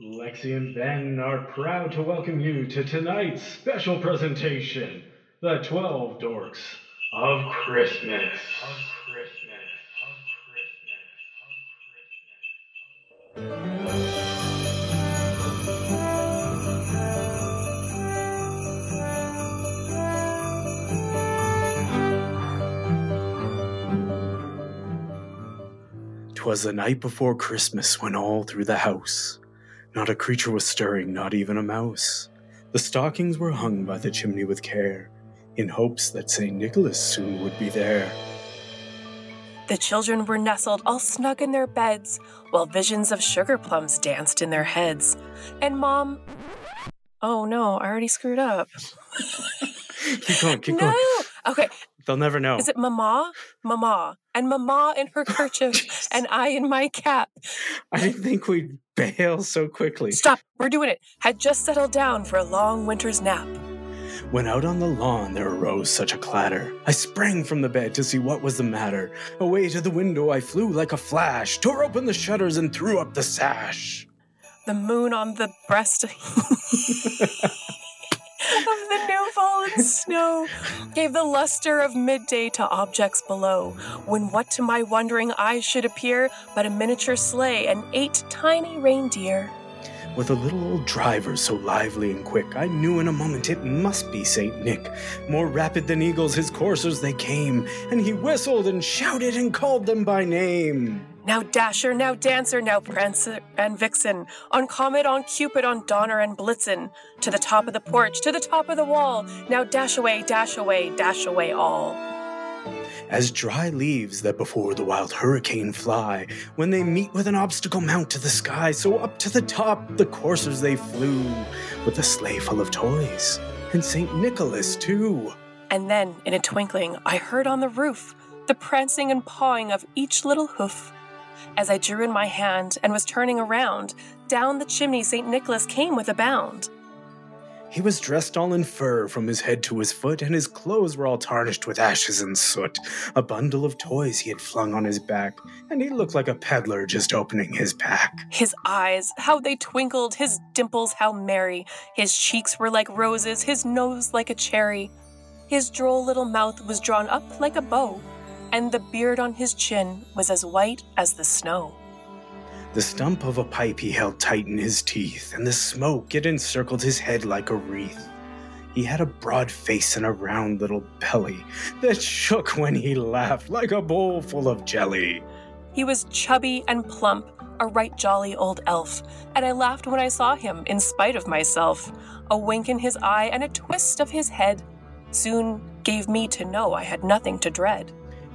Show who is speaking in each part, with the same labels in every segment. Speaker 1: Lexi and Ben are proud to welcome you to tonight's special presentation The 12 Dorks of Christmas. Of Christmas. Of Christmas. Of Christmas.
Speaker 2: Twas the night before Christmas when all through the house not a creature was stirring, not even a mouse. The stockings were hung by the chimney with care, in hopes that St. Nicholas soon would be there.
Speaker 3: The children were nestled all snug in their beds, while visions of sugar plums danced in their heads. And Mom. Oh no, I already screwed up.
Speaker 2: Keep going, keep
Speaker 3: no!
Speaker 2: going. Oh.
Speaker 3: Okay,
Speaker 2: They'll never know.
Speaker 3: is it Mama? Mama. And Mama in her kerchief, and I in my cap.
Speaker 2: I didn't think we'd bail so quickly.
Speaker 3: Stop, we're doing it. Had just settled down for a long winter's nap.
Speaker 2: When out on the lawn there arose such a clatter, I sprang from the bed to see what was the matter. Away to the window I flew like a flash, tore open the shutters and threw up the sash.
Speaker 3: The moon on the breast of the new fallen snow gave the luster of midday to objects below, when what to my wondering eyes should appear but a miniature sleigh and eight tiny reindeer.
Speaker 2: With a little old driver so lively and quick, I knew in a moment it must be Saint Nick. More rapid than eagles, his coursers they came, and he whistled and shouted and called them by name.
Speaker 3: Now Dasher, now Dancer, now Prancer and Vixen, on Comet, on Cupid, on Donner and Blitzen, to the top of the porch, to the top of the wall, now dash away, dash away, dash away all.
Speaker 2: As dry leaves that before the wild hurricane fly, when they meet with an obstacle mount to the sky, so up to the top the coursers they flew, with a sleigh full of toys, and Saint Nicholas too.
Speaker 3: And then, in a twinkling, I heard on the roof the prancing and pawing of each little hoof. As I drew in my hand and was turning around, down the chimney St. Nicholas came with a bound.
Speaker 2: He was dressed all in fur from his head to his foot, and his clothes were all tarnished with ashes and soot. A bundle of toys he had flung on his back, and he looked like a peddler just opening his pack.
Speaker 3: His eyes, how they twinkled, his dimples, how merry. His cheeks were like roses, his nose like a cherry. His droll little mouth was drawn up like a bow, and the beard on his chin was as white as the snow.
Speaker 2: The stump of a pipe he held tight in his teeth, and the smoke it encircled his head like a wreath. He had a broad face and a round little belly that shook when he laughed like a bowl full of jelly.
Speaker 3: He was chubby and plump, a right jolly old elf, and I laughed when I saw him, in spite of myself. A wink in his eye and a twist of his head soon gave me to know I had nothing to dread.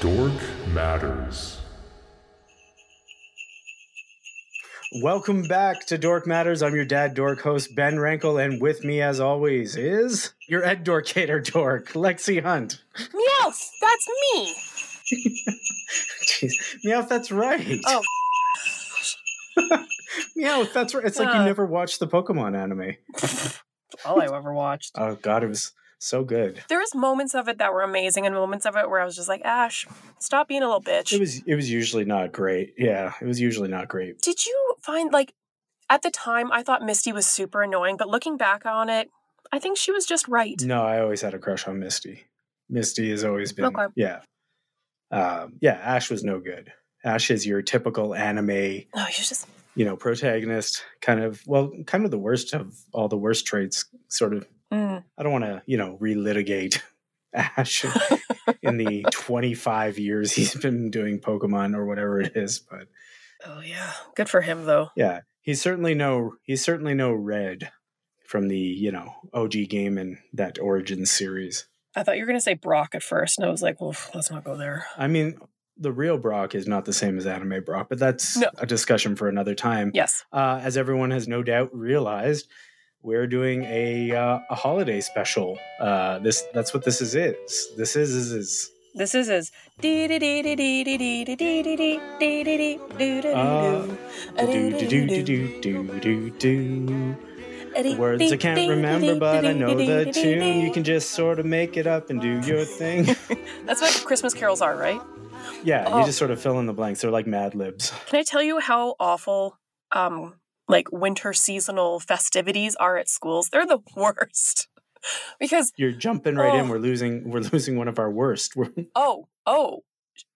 Speaker 4: Dork Matters.
Speaker 2: Welcome back to Dork Matters. I'm your dad dork host, Ben Rankle, and with me, as always, is your Ed Dorkator dork, Lexi Hunt.
Speaker 3: Meows, that's me!
Speaker 2: Jeez. Meow, that's right.
Speaker 3: Oh.
Speaker 2: Meow, that's right. It's like you
Speaker 3: Uh.
Speaker 2: never watched the Pokemon anime.
Speaker 3: All I ever watched.
Speaker 2: Oh god, it was so good.
Speaker 3: There was moments of it that were amazing and moments of it where I was just like, Ash, stop being a little bitch.
Speaker 2: It was it was usually not great. Yeah, it was usually not great.
Speaker 3: Did you find like at the time I thought Misty was super annoying, but looking back on it, I think she was just right.
Speaker 2: No, I always had a crush on Misty. Misty has always been
Speaker 3: Okay.
Speaker 2: yeah, um, yeah. Ash was no good. Ash is your typical anime,
Speaker 3: Oh, she's just
Speaker 2: you know, protagonist. Kind of well, kind of the worst of all the worst traits. Sort of.
Speaker 3: mm.
Speaker 2: I don't want to you know relitigate Ash in the twenty five years he's been doing Pokemon or whatever it is, but
Speaker 3: Oh yeah. Good for him though.
Speaker 2: yeah, he's certainly no he's certainly no Red from the you know OG game and that Origin series.
Speaker 3: I thought you were gonna say Brock at first, and I was like, well, let's not go there.
Speaker 2: I mean, the real Brock is not the same as anime Brock, but that's
Speaker 3: No.
Speaker 2: a discussion for another time.
Speaker 3: Yes.
Speaker 2: Uh, as everyone has no doubt realized, we're doing a uh, a holiday special. Uh, this that's what this is. It's this is is is.
Speaker 3: This is his.
Speaker 2: Ah. The words I can't remember, but I know the tune. You can just sort of make it up and
Speaker 3: Oh.
Speaker 2: do your thing.
Speaker 3: That's what Christmas carols are, right?
Speaker 2: Yeah,
Speaker 3: Oh.
Speaker 2: you just sort of fill in the blanks. They're like Mad Libs.
Speaker 3: Can I tell you how awful um like winter seasonal festivities are at schools? They're the worst. Because
Speaker 2: You're jumping right in.
Speaker 3: Oh.
Speaker 2: We're losing. We're losing one of our worst. We're,
Speaker 3: oh, oh,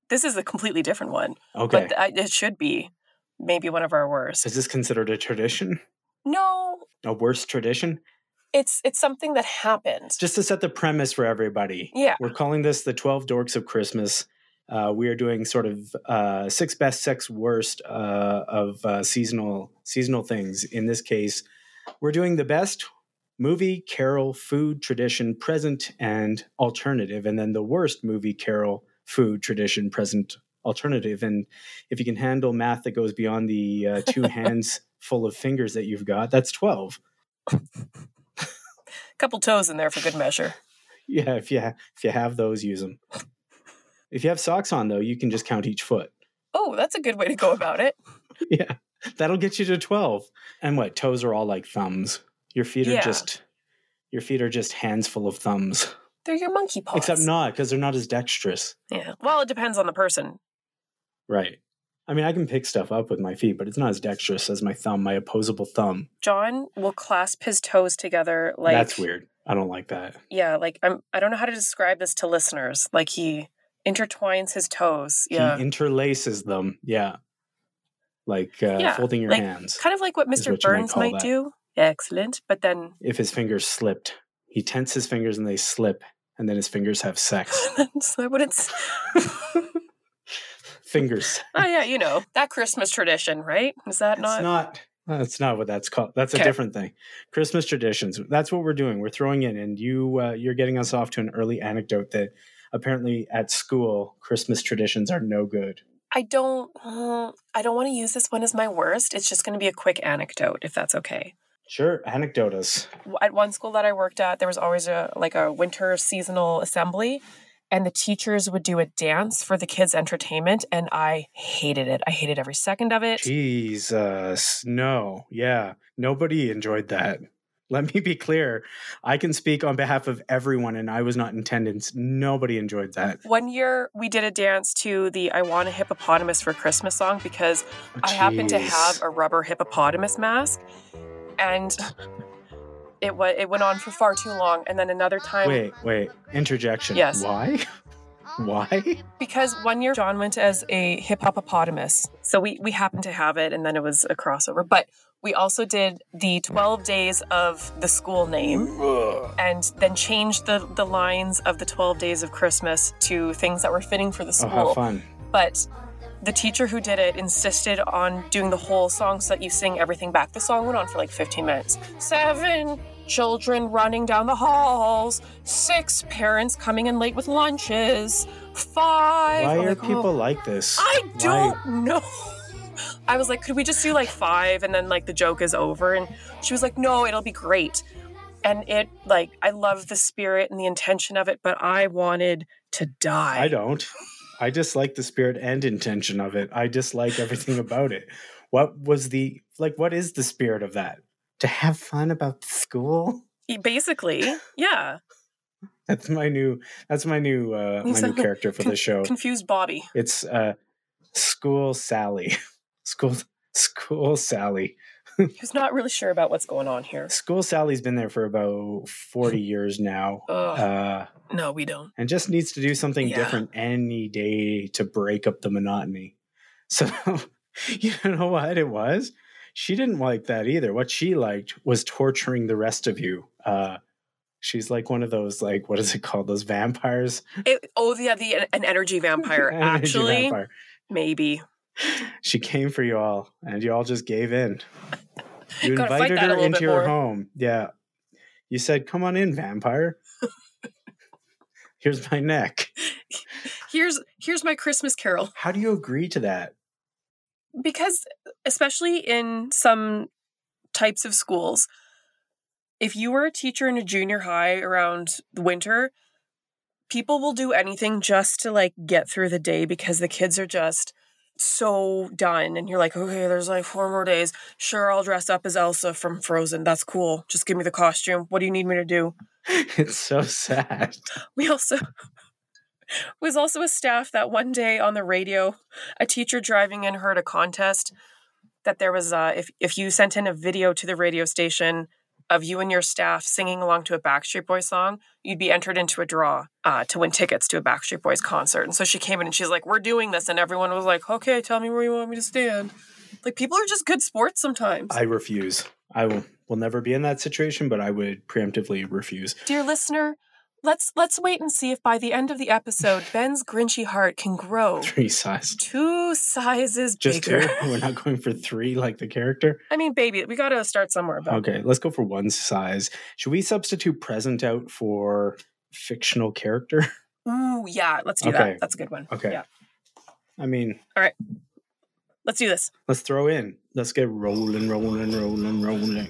Speaker 3: this is a completely different one.
Speaker 2: okay.
Speaker 3: But I, it should be maybe one of our worst.
Speaker 2: Is this considered a tradition?
Speaker 3: No,
Speaker 2: A worse tradition?
Speaker 3: it's it's something that happened.
Speaker 2: Just to set the premise for everybody.
Speaker 3: Yeah.
Speaker 2: We're calling this the 12 Dorks of Christmas. Uh, we are doing sort of uh, six best, six worst uh, of uh, seasonal seasonal things. In this case, we're doing the best movie, carol, food, tradition, present, and alternative, and then the worst movie, carol, food, tradition, present, alternative. And if you can handle math that goes beyond the uh, two hands full of fingers that you've got, that's 12.
Speaker 3: couple toes in there for good measure.
Speaker 2: Yeah, if you ha- if you have those, use them. If you have socks on, though, you can just count each foot.
Speaker 3: Oh, that's a good way to go about it.
Speaker 2: Yeah, that'll get you to twelve. And what toes are all like thumbs. Your feet are
Speaker 3: Yeah.
Speaker 2: just your feet are just hands full of thumbs.
Speaker 3: They're your monkey paws.
Speaker 2: Except not because they're not as dexterous.
Speaker 3: Yeah. Well, it depends on the person.
Speaker 2: Right. I mean, I can pick stuff up with my feet, but it's not as dexterous as my thumb, my opposable thumb.
Speaker 3: John will clasp his toes together like
Speaker 2: That's weird. I don't like that.
Speaker 3: Yeah, like I'm I don't know how to describe this to listeners. Like he intertwines his toes. Yeah.
Speaker 2: He interlaces them. Yeah. Like uh,
Speaker 3: Yeah,
Speaker 2: folding your
Speaker 3: like,
Speaker 2: hands.
Speaker 3: kind of like what
Speaker 2: is
Speaker 3: Mr.
Speaker 2: what you might
Speaker 3: Burns
Speaker 2: call
Speaker 3: might
Speaker 2: that.
Speaker 3: do. Excellent. But then
Speaker 2: if his fingers slipped. He tenses his fingers and they slip, and then his fingers have sex.
Speaker 3: so I wouldn't s- Oh
Speaker 2: fingers.
Speaker 3: yeah, you know, that Christmas tradition, right? Is that
Speaker 2: It's
Speaker 3: not,
Speaker 2: not. That's not what that's called. That's
Speaker 3: Okay.
Speaker 2: a different thing. Christmas traditions. That's what we're doing. We're throwing in, and you uh, you're getting us off to an early anecdote that apparently at school Christmas traditions are no good.
Speaker 3: I don't mm, I don't want to use this one as my worst. It's just going to be a quick anecdote if that's okay.
Speaker 2: Sure, anecdotus.
Speaker 3: at one school that I worked at, there was always a like a winter seasonal assembly, and the teachers would do a dance for the kids' entertainment, and I hated it. I hated every second of it.
Speaker 2: Jesus, no, yeah, nobody enjoyed that. Let me be clear. I can speak on behalf of everyone, and I was not in attendance. Nobody enjoyed that.
Speaker 3: One year we did a dance to the I Want a Hippopotamus for Christmas song because I happened to
Speaker 2: Jeez.
Speaker 3: have a rubber hippopotamus mask and it wa it went on for far too long and then another time
Speaker 2: Wait, wait. Interjection.
Speaker 3: Yes.
Speaker 2: Why? Why?
Speaker 3: Because one year John went as a hip hippopotamus. So we, we happened to have it and then it was a crossover. But we also did the 12 days of the school name and then changed the, the lines of the 12 days of Christmas to things that were fitting for the
Speaker 2: Oh, how
Speaker 3: school.
Speaker 2: fun.
Speaker 3: but the teacher who did it insisted on doing the whole song so that you sing everything back. The song went on for like 15 minutes. Seven children running down the halls, six parents coming in late with lunches, five.
Speaker 2: Why
Speaker 3: I'm
Speaker 2: are
Speaker 3: like,
Speaker 2: people
Speaker 3: "Oh,
Speaker 2: like this?
Speaker 3: I
Speaker 2: Why-
Speaker 3: don't know. I was like, could we just do like five and then like the joke is over? And she was like, no, it'll be great. And it, like, I love the spirit and the intention of it, but I wanted to die.
Speaker 2: I don't. I dislike the spirit and intention of it. I dislike everything about it. What was the like? What is the spirit of that? To have fun about school.
Speaker 3: E- Basically, yeah.
Speaker 2: That's my new. That's my new. Uh, my new
Speaker 3: Exactly.
Speaker 2: character for
Speaker 3: Con-
Speaker 2: the show.
Speaker 3: Confused Bobby.
Speaker 2: It's uh, school Sally. School school Sally.
Speaker 3: Who's not really sure about what's going on here.
Speaker 2: School Sally's been there for about 40 years now.
Speaker 3: Ugh,
Speaker 2: Uh,
Speaker 3: no, we don't.
Speaker 2: and just needs to do something
Speaker 3: Yeah.
Speaker 2: different any day to break up the monotony. So, you know what it was? She didn't like that either. What she liked was torturing the rest of you. Uh, she's like one of those, like, what is it called? Those vampires?
Speaker 3: It, oh, yeah, the an energy vampire.
Speaker 2: Energy
Speaker 3: Actually,
Speaker 2: vampire.
Speaker 3: maybe.
Speaker 2: She came for you all, and you all just gave in. You
Speaker 3: Gotta fight
Speaker 2: invited
Speaker 3: that a
Speaker 2: her
Speaker 3: little
Speaker 2: into
Speaker 3: bit
Speaker 2: your
Speaker 3: more.
Speaker 2: home. Yeah. You said, Come on in, vampire. Here's my neck.
Speaker 3: Here's here's my Christmas Carol.
Speaker 2: How do you agree to that?
Speaker 3: because especially in some types of schools if you were a teacher in a junior high around the winter people will do anything just to like get through the day because the kids are just so done and you're like okay there's like four more days sure i'll dress up as elsa from frozen that's cool just give me the costume what do you need me to do
Speaker 2: It's so sad.
Speaker 3: we also was also a staff that one day on the radio a teacher driving in heard a contest that there was uh if if you sent in a video to the radio station of you and your staff singing along to a Backstreet Boys song, you'd be entered into a draw uh, to win tickets to a Backstreet Boys concert. And so she came in and she's like, "We're doing this," and everyone was like, "Okay, tell me where you want me to stand." Like people are just good sports sometimes.
Speaker 2: I refuse. I will, will never be in that situation, but I would preemptively refuse.
Speaker 3: Dear listener, let's let's wait and see if by the end of the episode Ben's grinchy heart can grow
Speaker 2: Three sizes.
Speaker 3: two sizes
Speaker 2: Just
Speaker 3: bigger.
Speaker 2: two. We're not going for three like the character.
Speaker 3: I mean, baby, we got to start somewhere. But
Speaker 2: Okay, let's go for one size. Should we substitute present out for fictional character?
Speaker 3: ooh, yeah, let's do
Speaker 2: Okay.
Speaker 3: that. That's a good one.
Speaker 2: Okay.
Speaker 3: yeah,
Speaker 2: I mean,
Speaker 3: let's do this.
Speaker 2: Let's throw in. Let's get rolling, rolling, rolling, rolling.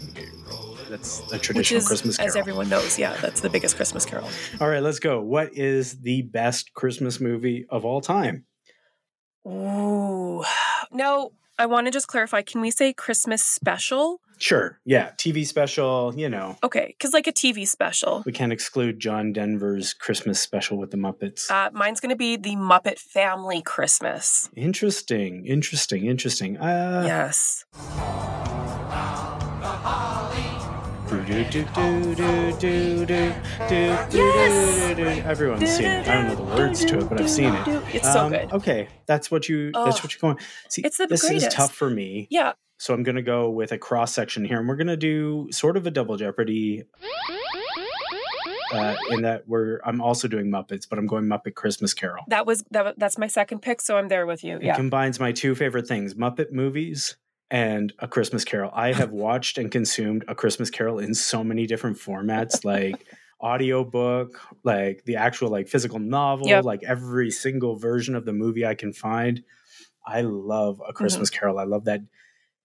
Speaker 2: That's a
Speaker 3: Which
Speaker 2: traditional
Speaker 3: is,
Speaker 2: Christmas carol.
Speaker 3: as everyone knows, yeah, that's the biggest Christmas carol.
Speaker 2: all right, let's go. What is the best Christmas movie of all time?
Speaker 3: Ooh, now I want to just clarify. Can we say Christmas special?
Speaker 2: Sure. Yeah, TV special. You know,
Speaker 3: Okay, because like a TV special.
Speaker 2: we can't exclude John Denver's Christmas special with the Muppets.
Speaker 3: Uh, mine's going to be the Muppet Family Christmas.
Speaker 2: interesting, interesting, interesting. Uh,
Speaker 3: yes.
Speaker 2: yes. Everyone's seen it. I don't know the words to it, but I've seen it.
Speaker 3: It's so
Speaker 2: Um,
Speaker 3: good.
Speaker 2: Okay, that's what you.
Speaker 3: Ugh.
Speaker 2: That's what you're going. See,
Speaker 3: It's the
Speaker 2: this is
Speaker 3: greatest.
Speaker 2: tough for me,
Speaker 3: Yeah.
Speaker 2: so I'm going to go with a cross section here, and we're going to do sort of a double jeopardy. Uh, in that we're, I'm also doing Muppets, but I'm going Muppet Christmas Carol.
Speaker 3: That was that, that's my second pick, so I'm there with you.
Speaker 2: It
Speaker 3: Yeah.
Speaker 2: combines my two favorite things: Muppet movies and A Christmas Carol. I have watched and consumed A Christmas Carol in so many different formats, like audiobook, like the actual like physical novel,
Speaker 3: Yep.
Speaker 2: like every single version of the movie I can find. I love
Speaker 3: Mm-hmm.
Speaker 2: A Christmas Carol. I love that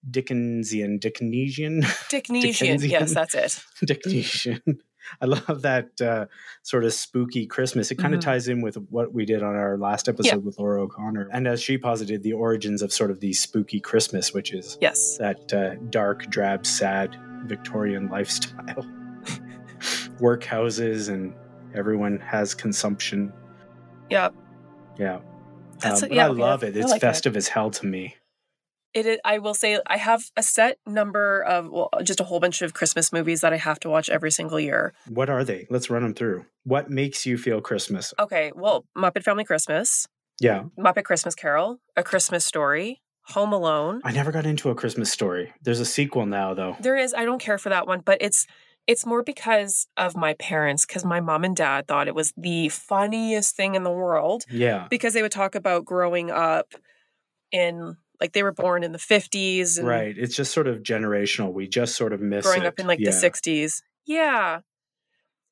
Speaker 2: Dickensian, Dickensian,
Speaker 3: Dickensian. Yes,
Speaker 2: Dickensian.
Speaker 3: that's it.
Speaker 2: Dickensian. I love that uh, sort of spooky Christmas. It kind of
Speaker 3: Mhm.
Speaker 2: ties in with what we did on our last episode with Laura O'Connor. And as she posited, the origins of sort of the spooky Christmas, which is
Speaker 3: Yes.
Speaker 2: that uh, dark, drab, sad Victorian lifestyle. Workhouses and everyone has consumption.
Speaker 3: Yeah.
Speaker 2: Yeah. Um,
Speaker 3: That's-
Speaker 2: but
Speaker 3: yeah,
Speaker 2: I
Speaker 3: okay,
Speaker 2: love
Speaker 3: that's-
Speaker 2: it.
Speaker 3: I
Speaker 2: It's
Speaker 3: like that.
Speaker 2: festive as hell to me.
Speaker 3: It is, I will say I have a set number of well, just a whole bunch of Christmas movies that I have to watch every single year.
Speaker 2: What are they? Let's run them through. What makes you feel Christmas?
Speaker 3: Okay, well, Muppet Family Christmas,
Speaker 2: Yeah.
Speaker 3: Muppet Christmas Carol, A Christmas Story, Home Alone.
Speaker 2: I never got into a Christmas story. There's a sequel now, though.
Speaker 3: There is I don't care for that one, but it's it's more because of my parents cuz my mom and dad thought it was the funniest thing in the world
Speaker 2: Yeah.
Speaker 3: because they would talk about growing up in like they were born in the 50s and
Speaker 2: Right. It's just sort of generational. We just sort of miss
Speaker 3: growing
Speaker 2: it.
Speaker 3: up in like
Speaker 2: Yeah.
Speaker 3: the 60s. Yeah.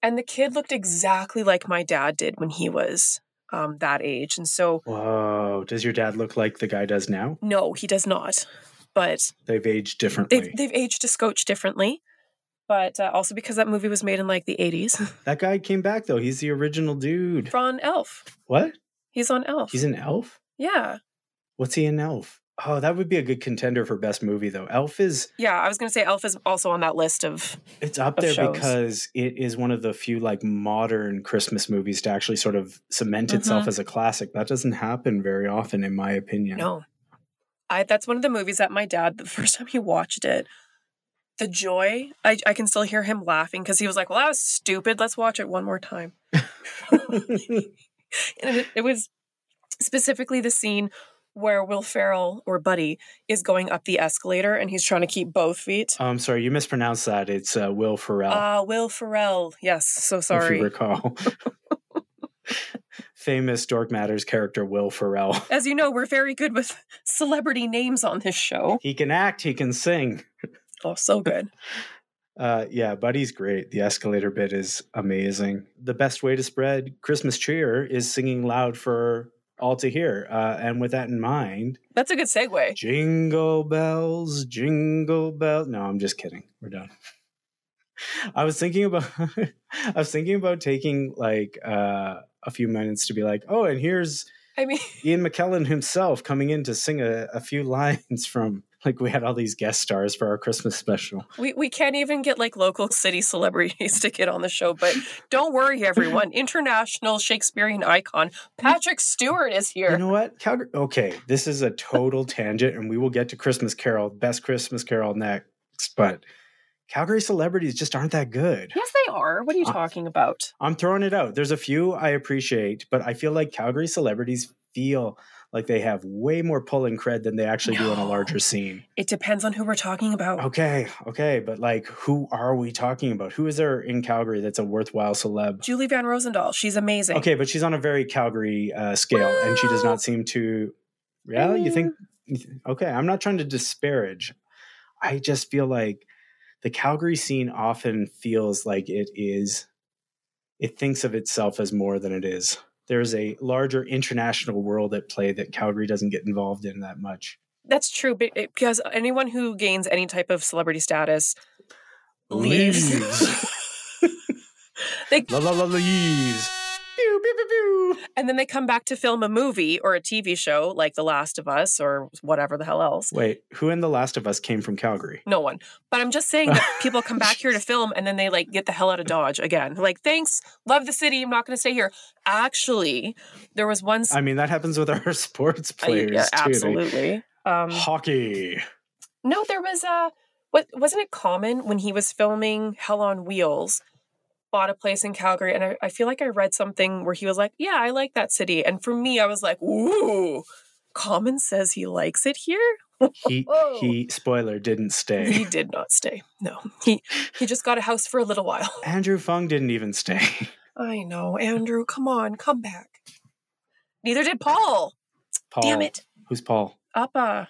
Speaker 3: And the kid looked exactly like my dad did when he was um, that age. And so,
Speaker 2: Whoa. Does your dad look like the guy does now?
Speaker 3: no, he does not. But
Speaker 2: They've aged differently.
Speaker 3: they've, they've aged a scotch differently. But uh, also because that movie was made in like the 80s.
Speaker 2: that guy came back though. He's the original dude.
Speaker 3: Ron Elf.
Speaker 2: what?
Speaker 3: He's on Elf.
Speaker 2: He's an elf?
Speaker 3: yeah.
Speaker 2: What's he an elf? Oh, that would be a good contender for best movie though. Elf is
Speaker 3: Yeah. I was going to say Elf is also on that list of.
Speaker 2: it's up
Speaker 3: Of
Speaker 2: there
Speaker 3: shows.
Speaker 2: because it is one of the few like modern Christmas movies to actually sort of cement itself
Speaker 3: Mhm.
Speaker 2: as a classic. That doesn't happen very often, in my opinion.
Speaker 3: No. I, that's one of the movies that my dad, the first time he watched it, the joy. I, I can still hear him laughing because he was like, "Well, that was stupid. Let's watch it one more time." and it, it was specifically the scene where Will Ferrell or Buddy is going up the escalator and he's trying to keep both feet.
Speaker 2: I'm sorry, you mispronounced that. It's uh, Will Ferrell,
Speaker 3: Ah, Will Ferrell. Yes, so
Speaker 2: if you
Speaker 3: sorry.
Speaker 2: recall. Famous Dork Matters character Will Ferrell.
Speaker 3: As you know, we're very good with celebrity names on this show.
Speaker 2: He can act, he can sing.
Speaker 3: Oh, so good.
Speaker 2: Uh, yeah, Buddy's great. The escalator bit is amazing. The best way to spread Christmas cheer is singing loud for all to hear. Uh, and with that in mind,
Speaker 3: That's a good segue.
Speaker 2: jingle bells, jingle bell. No, I'm just kidding. We're done. I was thinking about, I was thinking about taking like uh, a few minutes to be like, oh, and here's
Speaker 3: I mean,
Speaker 2: Ian McKellen himself coming in to sing a, a few lines from like we had all these guest stars for our Christmas special.
Speaker 3: we, we can't even get like local city celebrities to get on the show, but don't worry, everyone. International Shakespearean icon Patrick Stewart is here.
Speaker 2: You know what? Calgary. Okay, this is a total tangent, and we will get to Christmas Carol, best Christmas Carol next. But Calgary celebrities just aren't that good.
Speaker 3: yes, they are. What are you
Speaker 2: Uh,
Speaker 3: talking about?
Speaker 2: I'm throwing it out. There's a few I appreciate, but I feel like Calgary celebrities feel like they have way more pull and cred than they actually do on a
Speaker 3: No.
Speaker 2: larger scene.
Speaker 3: It depends on who we're talking about.
Speaker 2: Okay, okay, but like, who are we talking about? Who is there in Calgary that's a worthwhile celeb?
Speaker 3: Julie Van Rosendahl, she's amazing.
Speaker 2: Okay, but she's on a very Calgary uh, scale, and she does
Speaker 3: Well,
Speaker 2: not seem to. Yeah, you think? you th- Okay, I'm not trying to disparage. I just feel like the Calgary scene often feels like it is. It thinks of itself as more than it is. There's a larger international world at play that Calgary doesn't get involved in that much.
Speaker 3: That's true, but it, because anyone who gains any type of celebrity status leaves.
Speaker 2: Leaves.
Speaker 3: they,
Speaker 2: La la la leaves. Pew, pew, pew, pew.
Speaker 3: and then they come back to film a movie or a TV show like The Last of Us or whatever the hell else.
Speaker 2: Wait, who in The Last of Us came from Calgary?
Speaker 3: No one. But I'm just saying that people come back here to film and then they like get the hell out of Dodge again. Like, thanks, love the city. I'm not going to stay here. Actually, there was one.
Speaker 2: I mean, that happens with our sports
Speaker 3: I- yeah,
Speaker 2: players too. They-
Speaker 3: absolutely. Um,
Speaker 2: Hockey.
Speaker 3: no, there was a. What wasn't it common when he was filming Hell on Wheels? Bought a place in Calgary, and I, I feel like I read something where he was like, "Yeah, I like that city," and for me, I was like, "Ooh." Common says he likes it here.
Speaker 2: He
Speaker 3: Whoa.
Speaker 2: he spoiler didn't
Speaker 3: He
Speaker 2: stay.
Speaker 3: did not stay. No, he he just got a house for a little while.
Speaker 2: Andrew Fung didn't even stay.
Speaker 3: I know, Andrew. Come on, come back. Neither did Paul.
Speaker 2: Paul.
Speaker 3: Damn it.
Speaker 2: Who's Paul?
Speaker 3: Appa.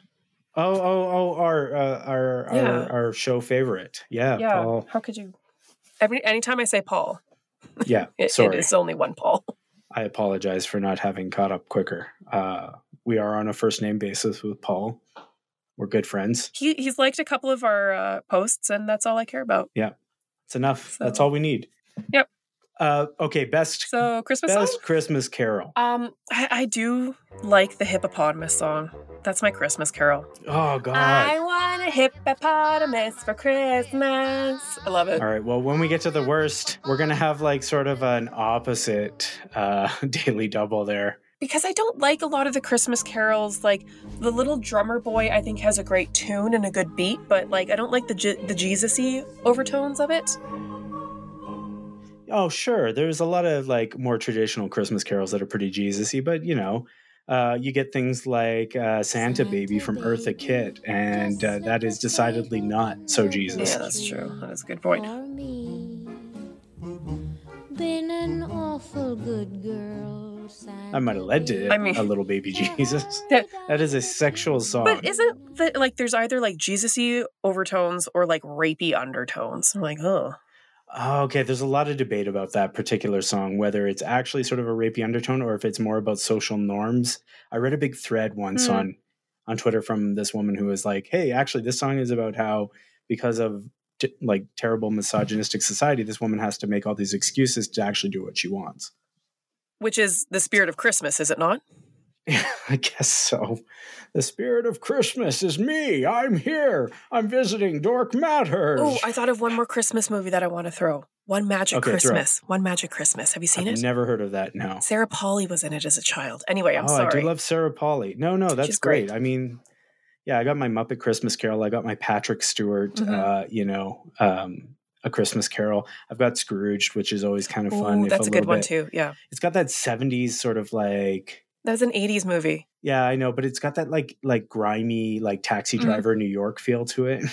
Speaker 2: Oh oh oh our uh, our,
Speaker 3: Yeah.
Speaker 2: our our show favorite. Yeah,
Speaker 3: yeah.
Speaker 2: Paul.
Speaker 3: How could you? Every anytime I say Paul,
Speaker 2: Yeah.
Speaker 3: it, it
Speaker 2: sorry.
Speaker 3: is only one Paul.
Speaker 2: I apologize for not having caught up quicker. Uh we are on a first name basis with Paul. We're good friends.
Speaker 3: He he's liked a couple of our uh, posts, and that's all I care about.
Speaker 2: It's enough. That's
Speaker 3: So-
Speaker 2: all we need.
Speaker 3: Yep.
Speaker 2: Uh okay, best
Speaker 3: So Christmas
Speaker 2: best
Speaker 3: song.
Speaker 2: Christmas carol.
Speaker 3: Um, I, I do like the hippopotamus song. That's my Christmas carol.
Speaker 2: Oh god.
Speaker 3: I want a hippopotamus for Christmas. I love it.
Speaker 2: All right. Well, when we get to the worst, we're gonna have like sort of an opposite uh, daily double there.
Speaker 3: because I don't like a lot of the Christmas carols. Like the little drummer boy, I think has a great tune and a good beat, but like I don't like the Je- the Jesusy overtones of it.
Speaker 2: Oh, sure. There's a lot of like more traditional Christmas carols that are pretty Jesusy, but you know, uh, you get things like uh, Santa Baby from Eartha Kitt, and uh, that is decidedly not so Jesus.
Speaker 3: Yeah, that's true. That is a good point.
Speaker 5: For me. Been an awful good girl.
Speaker 2: I might have led to
Speaker 3: I mean-
Speaker 2: a little baby Jesus.
Speaker 3: That-
Speaker 2: That is a sexual song.
Speaker 3: But isn't that like there's either like Jesusy overtones or like rapey undertones? I'm like, oh,
Speaker 2: Oh, okay, there's a lot of debate about that particular song, whether it's actually sort of a rapey undertone or if it's more about social norms. I read a big thread once
Speaker 3: Hmm.
Speaker 2: on on Twitter from this woman who was like, "Hey, actually, this song is about how because of t- like terrible misogynistic society, this woman has to make all these excuses to actually do what she wants."
Speaker 3: which is the spirit of Christmas, is it not?
Speaker 2: I guess so. The spirit of Christmas is me. I'm here. I'm visiting Dork Matters.
Speaker 3: Oh, I thought of one more Christmas movie that I want to throw. One Magic
Speaker 2: Okay, throw it.
Speaker 3: Christmas. One Magic Christmas. Have you seen
Speaker 2: have
Speaker 3: it?
Speaker 2: never heard of that. No.
Speaker 3: Sarah Pauli was in it as a child. Anyway, I'm
Speaker 2: oh,
Speaker 3: sorry.
Speaker 2: I do love Sarah Pauli. No, no, that's
Speaker 3: She's
Speaker 2: great.
Speaker 3: great.
Speaker 2: I mean, yeah, I got my Muppet Christmas Carol. I got my Patrick Stewart,
Speaker 3: Mhm.
Speaker 2: uh, you know, um, a Christmas Carol. I've got Scrooged, which is always kind of fun.
Speaker 3: Ooh,
Speaker 2: if
Speaker 3: that's a good
Speaker 2: little
Speaker 3: one
Speaker 2: bit-
Speaker 3: too. Yeah.
Speaker 2: It's got that '70s sort of like
Speaker 3: That was an 80s movie.
Speaker 2: yeah, I know, but it's got that like like grimy like taxi
Speaker 3: Mhm.
Speaker 2: driver New York feel to it.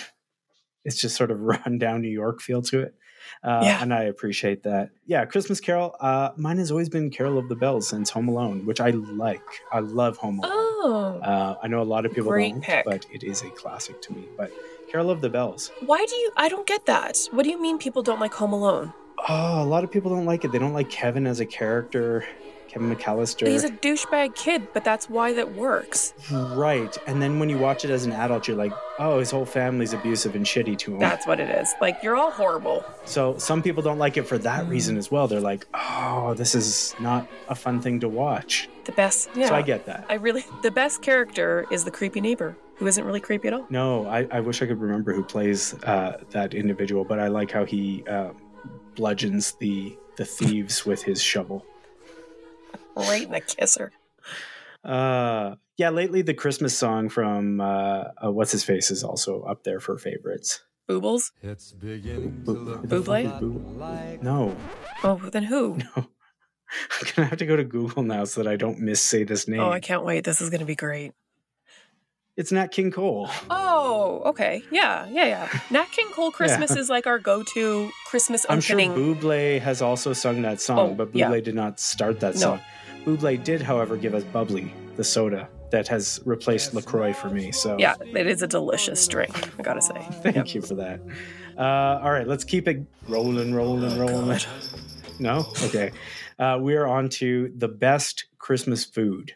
Speaker 2: It's just sort of run down New York feel to it. Uh,
Speaker 3: Yeah.
Speaker 2: And I appreciate that. Yeah, Christmas Carol. Uh, mine has always been Carol of the Bells since Home Alone, which I like. I love Home Alone.
Speaker 3: Oh.
Speaker 2: Uh, I know a lot of people
Speaker 3: Great
Speaker 2: don't,
Speaker 3: pick.
Speaker 2: but it is a classic to me. But Carol of the Bells.
Speaker 3: Why do you I don't get that. What do you mean people don't like Home Alone?
Speaker 2: Oh, a lot of people don't like it. They don't like Kevin as a character, Kevin McAllister.
Speaker 3: He's a douchebag kid, but that's why that works.
Speaker 2: Right. And then when you watch it as an adult, you're like, oh, his whole family's abusive and shitty to him.
Speaker 3: That's what it is. Like you're all horrible.
Speaker 2: So some people don't like it for
Speaker 3: Mm.
Speaker 2: that reason as well. They're like, oh, this is not a fun thing to watch.
Speaker 3: The best yeah.
Speaker 2: So I get that.
Speaker 3: I really the best character is the creepy neighbor, who isn't really creepy at all.
Speaker 2: no, I, I wish I could remember who plays uh, that individual, but I like how he uh, bludgeons the the thieves with his shovel.
Speaker 3: Right in the kisser.
Speaker 2: Uh, yeah, lately the Christmas song from uh, uh, what's his face is also up there for favorites.
Speaker 3: Boobles?
Speaker 6: It's beginning to look
Speaker 3: Buble?
Speaker 6: a lot like
Speaker 2: No,
Speaker 3: Oh, then who?
Speaker 2: I'm gonna have to go to Google now so that I don't miss say this name.
Speaker 3: Oh, I can't wait. This is gonna be great.
Speaker 2: It's Nat King Cole.
Speaker 3: Oh, okay. Yeah, yeah, yeah. Nat King Cole Christmas is like our go-to Christmas
Speaker 2: I'm sure
Speaker 3: opening.
Speaker 2: Buble has also sung that song,
Speaker 3: Oh,
Speaker 2: but Buble
Speaker 3: yeah.
Speaker 2: did not start that
Speaker 3: No.
Speaker 2: song. Buble did, however, give us Bubbly, the soda that has replaced LaCroix for me. So
Speaker 3: yeah, it is a delicious drink, I gotta say.
Speaker 2: thank you for that. Uh, all right, let's keep it rolling,
Speaker 3: Oh,
Speaker 2: rolling, rolling. No? Okay. Uh, we're on to the best Christmas food.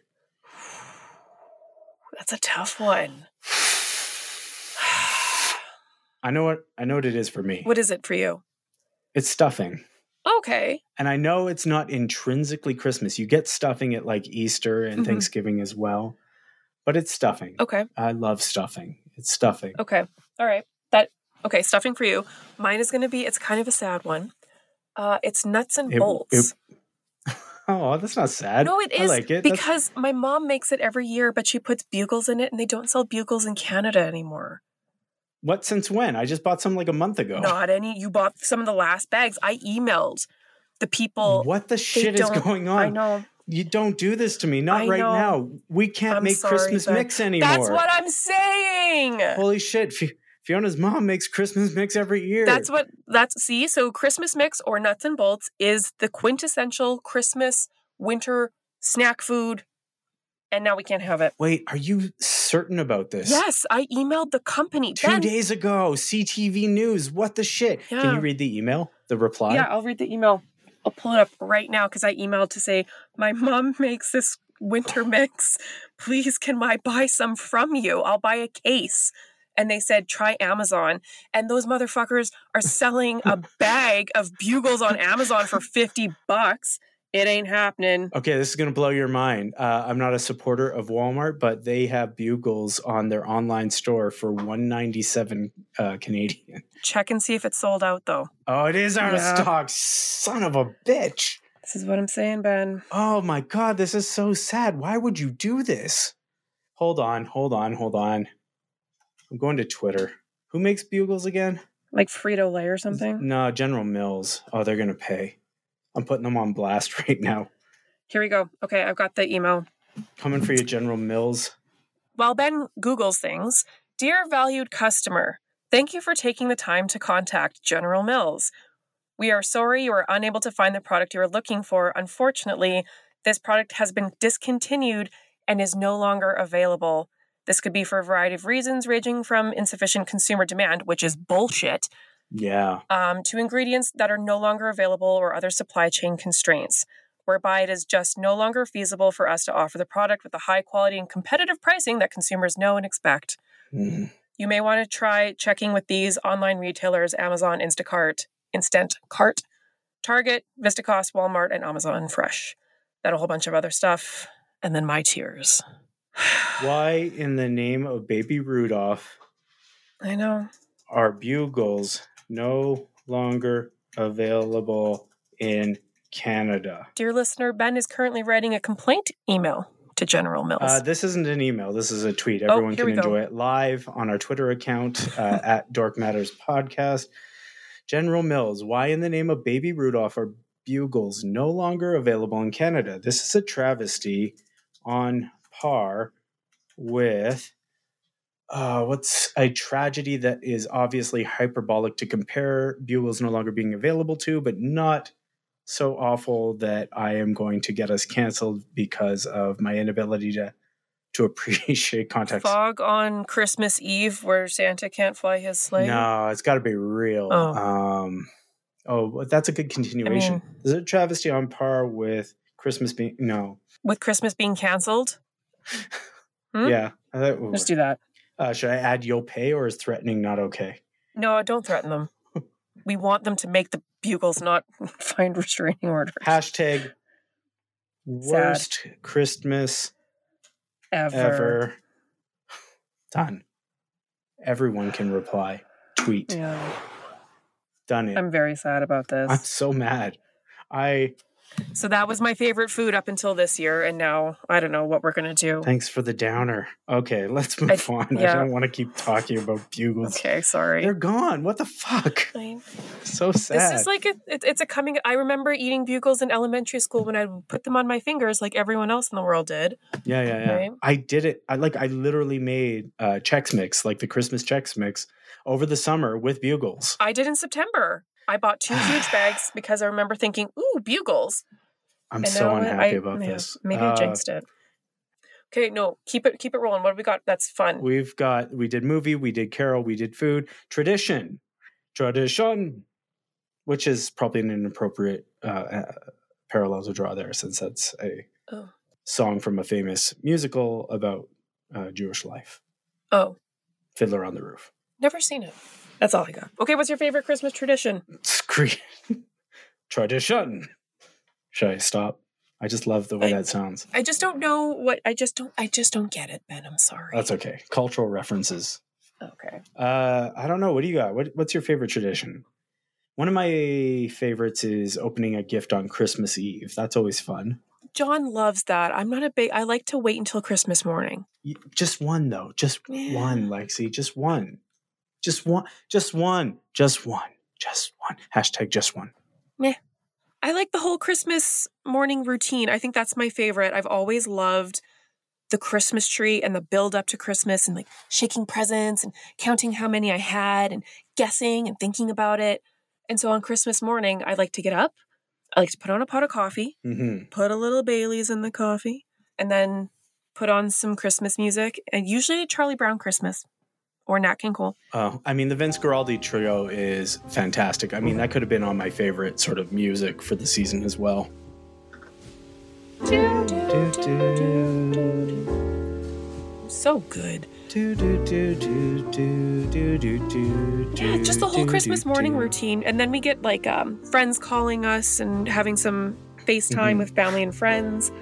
Speaker 3: That's a tough one.
Speaker 2: I know what I know what it is for me.
Speaker 3: What is it for you?
Speaker 2: It's stuffing.
Speaker 3: Okay.
Speaker 2: and I know it's not intrinsically Christmas. You get stuffing at like Easter and
Speaker 3: Mhm.
Speaker 2: Thanksgiving as well, but it's stuffing.
Speaker 3: Okay.
Speaker 2: I love stuffing. It's stuffing.
Speaker 3: Okay. All right. That okay, stuffing for you. Mine is gonna be it's kind of a sad one. Uh it's nuts and
Speaker 2: It-
Speaker 3: bolts.
Speaker 2: it- Oh, that's not sad.
Speaker 3: no, it
Speaker 2: I
Speaker 3: is
Speaker 2: like it. That's-
Speaker 3: because my mom makes it every year, but she puts bugles in it and they don't sell bugles in Canada anymore.
Speaker 2: what since when? I just bought some like a month ago.
Speaker 3: Not any you bought some of the last bags. I emailed the people
Speaker 2: what the shit is
Speaker 3: don't-
Speaker 2: going
Speaker 3: I
Speaker 2: on?
Speaker 3: know.
Speaker 2: You don't do this to me. Not
Speaker 3: I
Speaker 2: right
Speaker 3: know.
Speaker 2: now. We can't
Speaker 3: I'm
Speaker 2: make
Speaker 3: sorry,
Speaker 2: Christmas
Speaker 3: but
Speaker 2: mix anymore.
Speaker 3: That's what I'm saying.
Speaker 2: Holy shit. Fi- Fiona's mom makes Christmas mix every year.
Speaker 3: That's what that's see, so Christmas mix or nuts and bolts is the quintessential Christmas winter snack food. And now we can't have it.
Speaker 2: Wait, are you certain about this?
Speaker 3: Yes, I emailed the company.
Speaker 2: Two
Speaker 3: Ben,
Speaker 2: days ago, CTV News. What the shit? Can
Speaker 3: Yeah.
Speaker 2: you read the email? The reply?
Speaker 3: Yeah, I'll read the email. I'll pull it up right now because I emailed to say, My mom makes this winter mix. Please, can I buy some from you? I'll buy a case. And they said, Try Amazon. And those motherfuckers are selling a bag of bugles on Amazon for 50 bucks. It ain't happening.
Speaker 2: Okay, this is going to blow your mind. Uh, I'm not a supporter of Walmart, but they have bugles on their online store for 197 uh, Canadian.
Speaker 3: Check and see if it's sold out, though.
Speaker 2: Oh, it is out
Speaker 3: Yeah.
Speaker 2: of stock. Son of a bitch.
Speaker 3: This is what I'm saying, Ben.
Speaker 2: Oh my god, this is so sad. Why would you do this? Hold on, hold on, hold on. I'm going to Twitter. Who makes bugles again?
Speaker 3: Like Frito Lay or something.
Speaker 2: No, General Mills. Oh, they're going to pay. I'm putting them on blast right now.
Speaker 3: Here we go. Okay, I've got the email.
Speaker 2: Coming for you, General Mills.
Speaker 3: While Ben Googles things, dear valued customer, thank you for taking the time to contact General Mills. We are sorry you are unable to find the product you are looking for. Unfortunately, this product has been discontinued and is no longer available. This could be for a variety of reasons, ranging from insufficient consumer demand, which is bullshit,
Speaker 2: Yeah.
Speaker 3: um, to ingredients that are no longer available or other supply chain constraints, whereby it is just no longer feasible for us to offer the product with the high quality and competitive pricing that consumers know and expect.
Speaker 2: Mhm.
Speaker 3: You may want to try checking with these online retailers Amazon, Instacart, Instant Cart, Target, Vistacost, Walmart, and Amazon Fresh. That a whole bunch of other stuff. And then my tears.
Speaker 2: Why in the name of baby Rudolph
Speaker 3: I know.
Speaker 2: are bugles no longer available in Canada?
Speaker 3: Dear listener, Ben is currently writing a complaint email to General Mills.
Speaker 2: Uh, this isn't an email. This is a tweet.
Speaker 3: Oh,
Speaker 2: Everyone
Speaker 3: here
Speaker 2: can
Speaker 3: we go.
Speaker 2: enjoy it live on our Twitter account uh, at Dork Matters Podcast. General Mills, why in the name of Baby Rudolph are bugles no longer available in Canada? This is a travesty on par with uh, what's a tragedy that is obviously hyperbolic to compare bugles no longer being available to, but not so awful that I am going to get us canceled because of my inability to to appreciate context.
Speaker 3: Fog on Christmas Eve where Santa can't fly his sleigh.
Speaker 2: No, it's got to be real.
Speaker 3: Oh.
Speaker 2: Um, oh, but that's a good continuation.
Speaker 3: I
Speaker 2: Is it travesty on par with Christmas being? No,
Speaker 3: With Christmas being canceled, Hmm?
Speaker 2: yeah. I thought it would
Speaker 3: let's
Speaker 2: work.
Speaker 3: do that.
Speaker 2: Uh, should I add you'll pay or is threatening not okay?
Speaker 3: No, don't threaten them. We want them to make the bugles not find restraining orders
Speaker 2: Hashtag worst Christmas
Speaker 3: ever.
Speaker 2: ever. Done. Everyone can reply, tweet.
Speaker 3: Yeah,
Speaker 2: Done it.
Speaker 3: I'm very sad about this.
Speaker 2: I'm so mad. I
Speaker 3: So that was my favorite food up until this year, and now I don't know what we're gonna do.
Speaker 2: thanks for the downer. Okay, let's move on. I
Speaker 3: yeah.
Speaker 2: don't want to keep talking about bugles.
Speaker 3: Okay, sorry.
Speaker 2: They're gone. What the fuck?
Speaker 3: I-
Speaker 2: So sad.
Speaker 3: This is like a, it, it's a coming. I remember eating bugles in elementary school when I would put them on my fingers, like everyone else in the world did.
Speaker 2: yeah, yeah, yeah.
Speaker 3: Right?
Speaker 2: I did it. I like. I literally made uh, Chex Mix, like the Christmas Chex Mix, over the summer with bugles.
Speaker 3: I did in September. I bought two huge bags because I remember thinking, "Ooh, bugles!"
Speaker 2: I'm
Speaker 3: And
Speaker 2: so
Speaker 3: now I-
Speaker 2: unhappy
Speaker 3: I-
Speaker 2: about
Speaker 3: yeah,
Speaker 2: this.
Speaker 3: Maybe I
Speaker 2: Uh,
Speaker 3: jinxed it. Okay, no, keep it keep it rolling. What do we got? That's fun.
Speaker 2: We've got. We did movie. We did Carol. We did food. Tradition. Tradition. Which is probably an inappropriate uh, uh, parallel to draw there, since that's a
Speaker 3: Oh.
Speaker 2: song from a famous musical about uh, Jewish life,
Speaker 3: oh,
Speaker 2: Fiddler on the Roof.
Speaker 3: never seen it. That's all I got. Okay, what's your favorite Christmas tradition?
Speaker 2: Screen tradition. Should I stop? I just love the way
Speaker 3: I-
Speaker 2: that sounds.
Speaker 3: I just don't know what I just don't I just don't get it, Ben. I'm sorry.
Speaker 2: That's okay. Cultural references.
Speaker 3: okay.
Speaker 2: Uh, I don't know. What do you got? What, what's your favorite tradition? One of my favorites is opening a gift on Christmas Eve. That's always fun.
Speaker 3: John loves that. I'm not a big I like to wait until Christmas morning.
Speaker 2: You- Just one though. Just
Speaker 3: Yeah.
Speaker 2: one, Lexi. Just one. Just one. Just one. Just one. Just one. Hashtag just one.
Speaker 3: I like the whole Christmas morning routine. I think that's my favorite. I've always loved the Christmas tree and the build up to Christmas and like shaking presents and counting how many I had and guessing and thinking about it. And so on Christmas morning, I like to get up. I like to put on a pot of coffee,
Speaker 2: hmm
Speaker 3: put a little Bailey's in the coffee, and then put on some Christmas music and usually a Charlie Brown Christmas or Nat King Cole.
Speaker 2: Oh, I mean, the Vince Guaraldi trio is fantastic. I mean, that could have been on my favorite sort of music for the season as well. Do, do,
Speaker 3: So good.
Speaker 2: do, do, do, do, do, do, do, do,
Speaker 3: Yeah, just the
Speaker 2: do,
Speaker 3: whole
Speaker 2: do,
Speaker 3: Christmas
Speaker 2: do.
Speaker 3: morning routine. And then we get like um, friends calling us and having some FaceTime
Speaker 2: Mhm.
Speaker 3: with family and friends.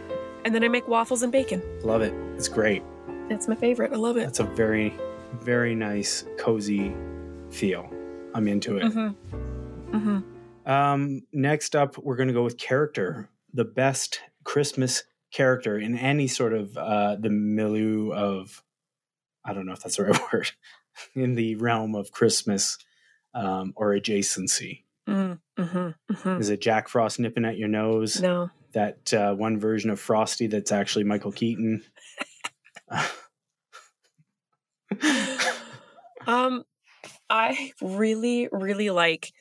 Speaker 3: And then I make waffles and bacon.
Speaker 2: Love it. It's great.
Speaker 3: That's my favorite. I love it.
Speaker 2: That's a very, very nice, cozy feel. I'm into it.
Speaker 3: hmm hmm
Speaker 2: Um, next up, we're going to go with character. The best Christmas character in any sort of uh, the milieu of, I don't know if that's the right word, in the realm of Christmas um, or adjacency.
Speaker 3: Mm-hmm. hmm
Speaker 2: Is it Jack Frost nipping at your nose?
Speaker 3: No.
Speaker 2: That uh, one version of Frosty that's actually Michael Keaton.
Speaker 3: um, I really, really like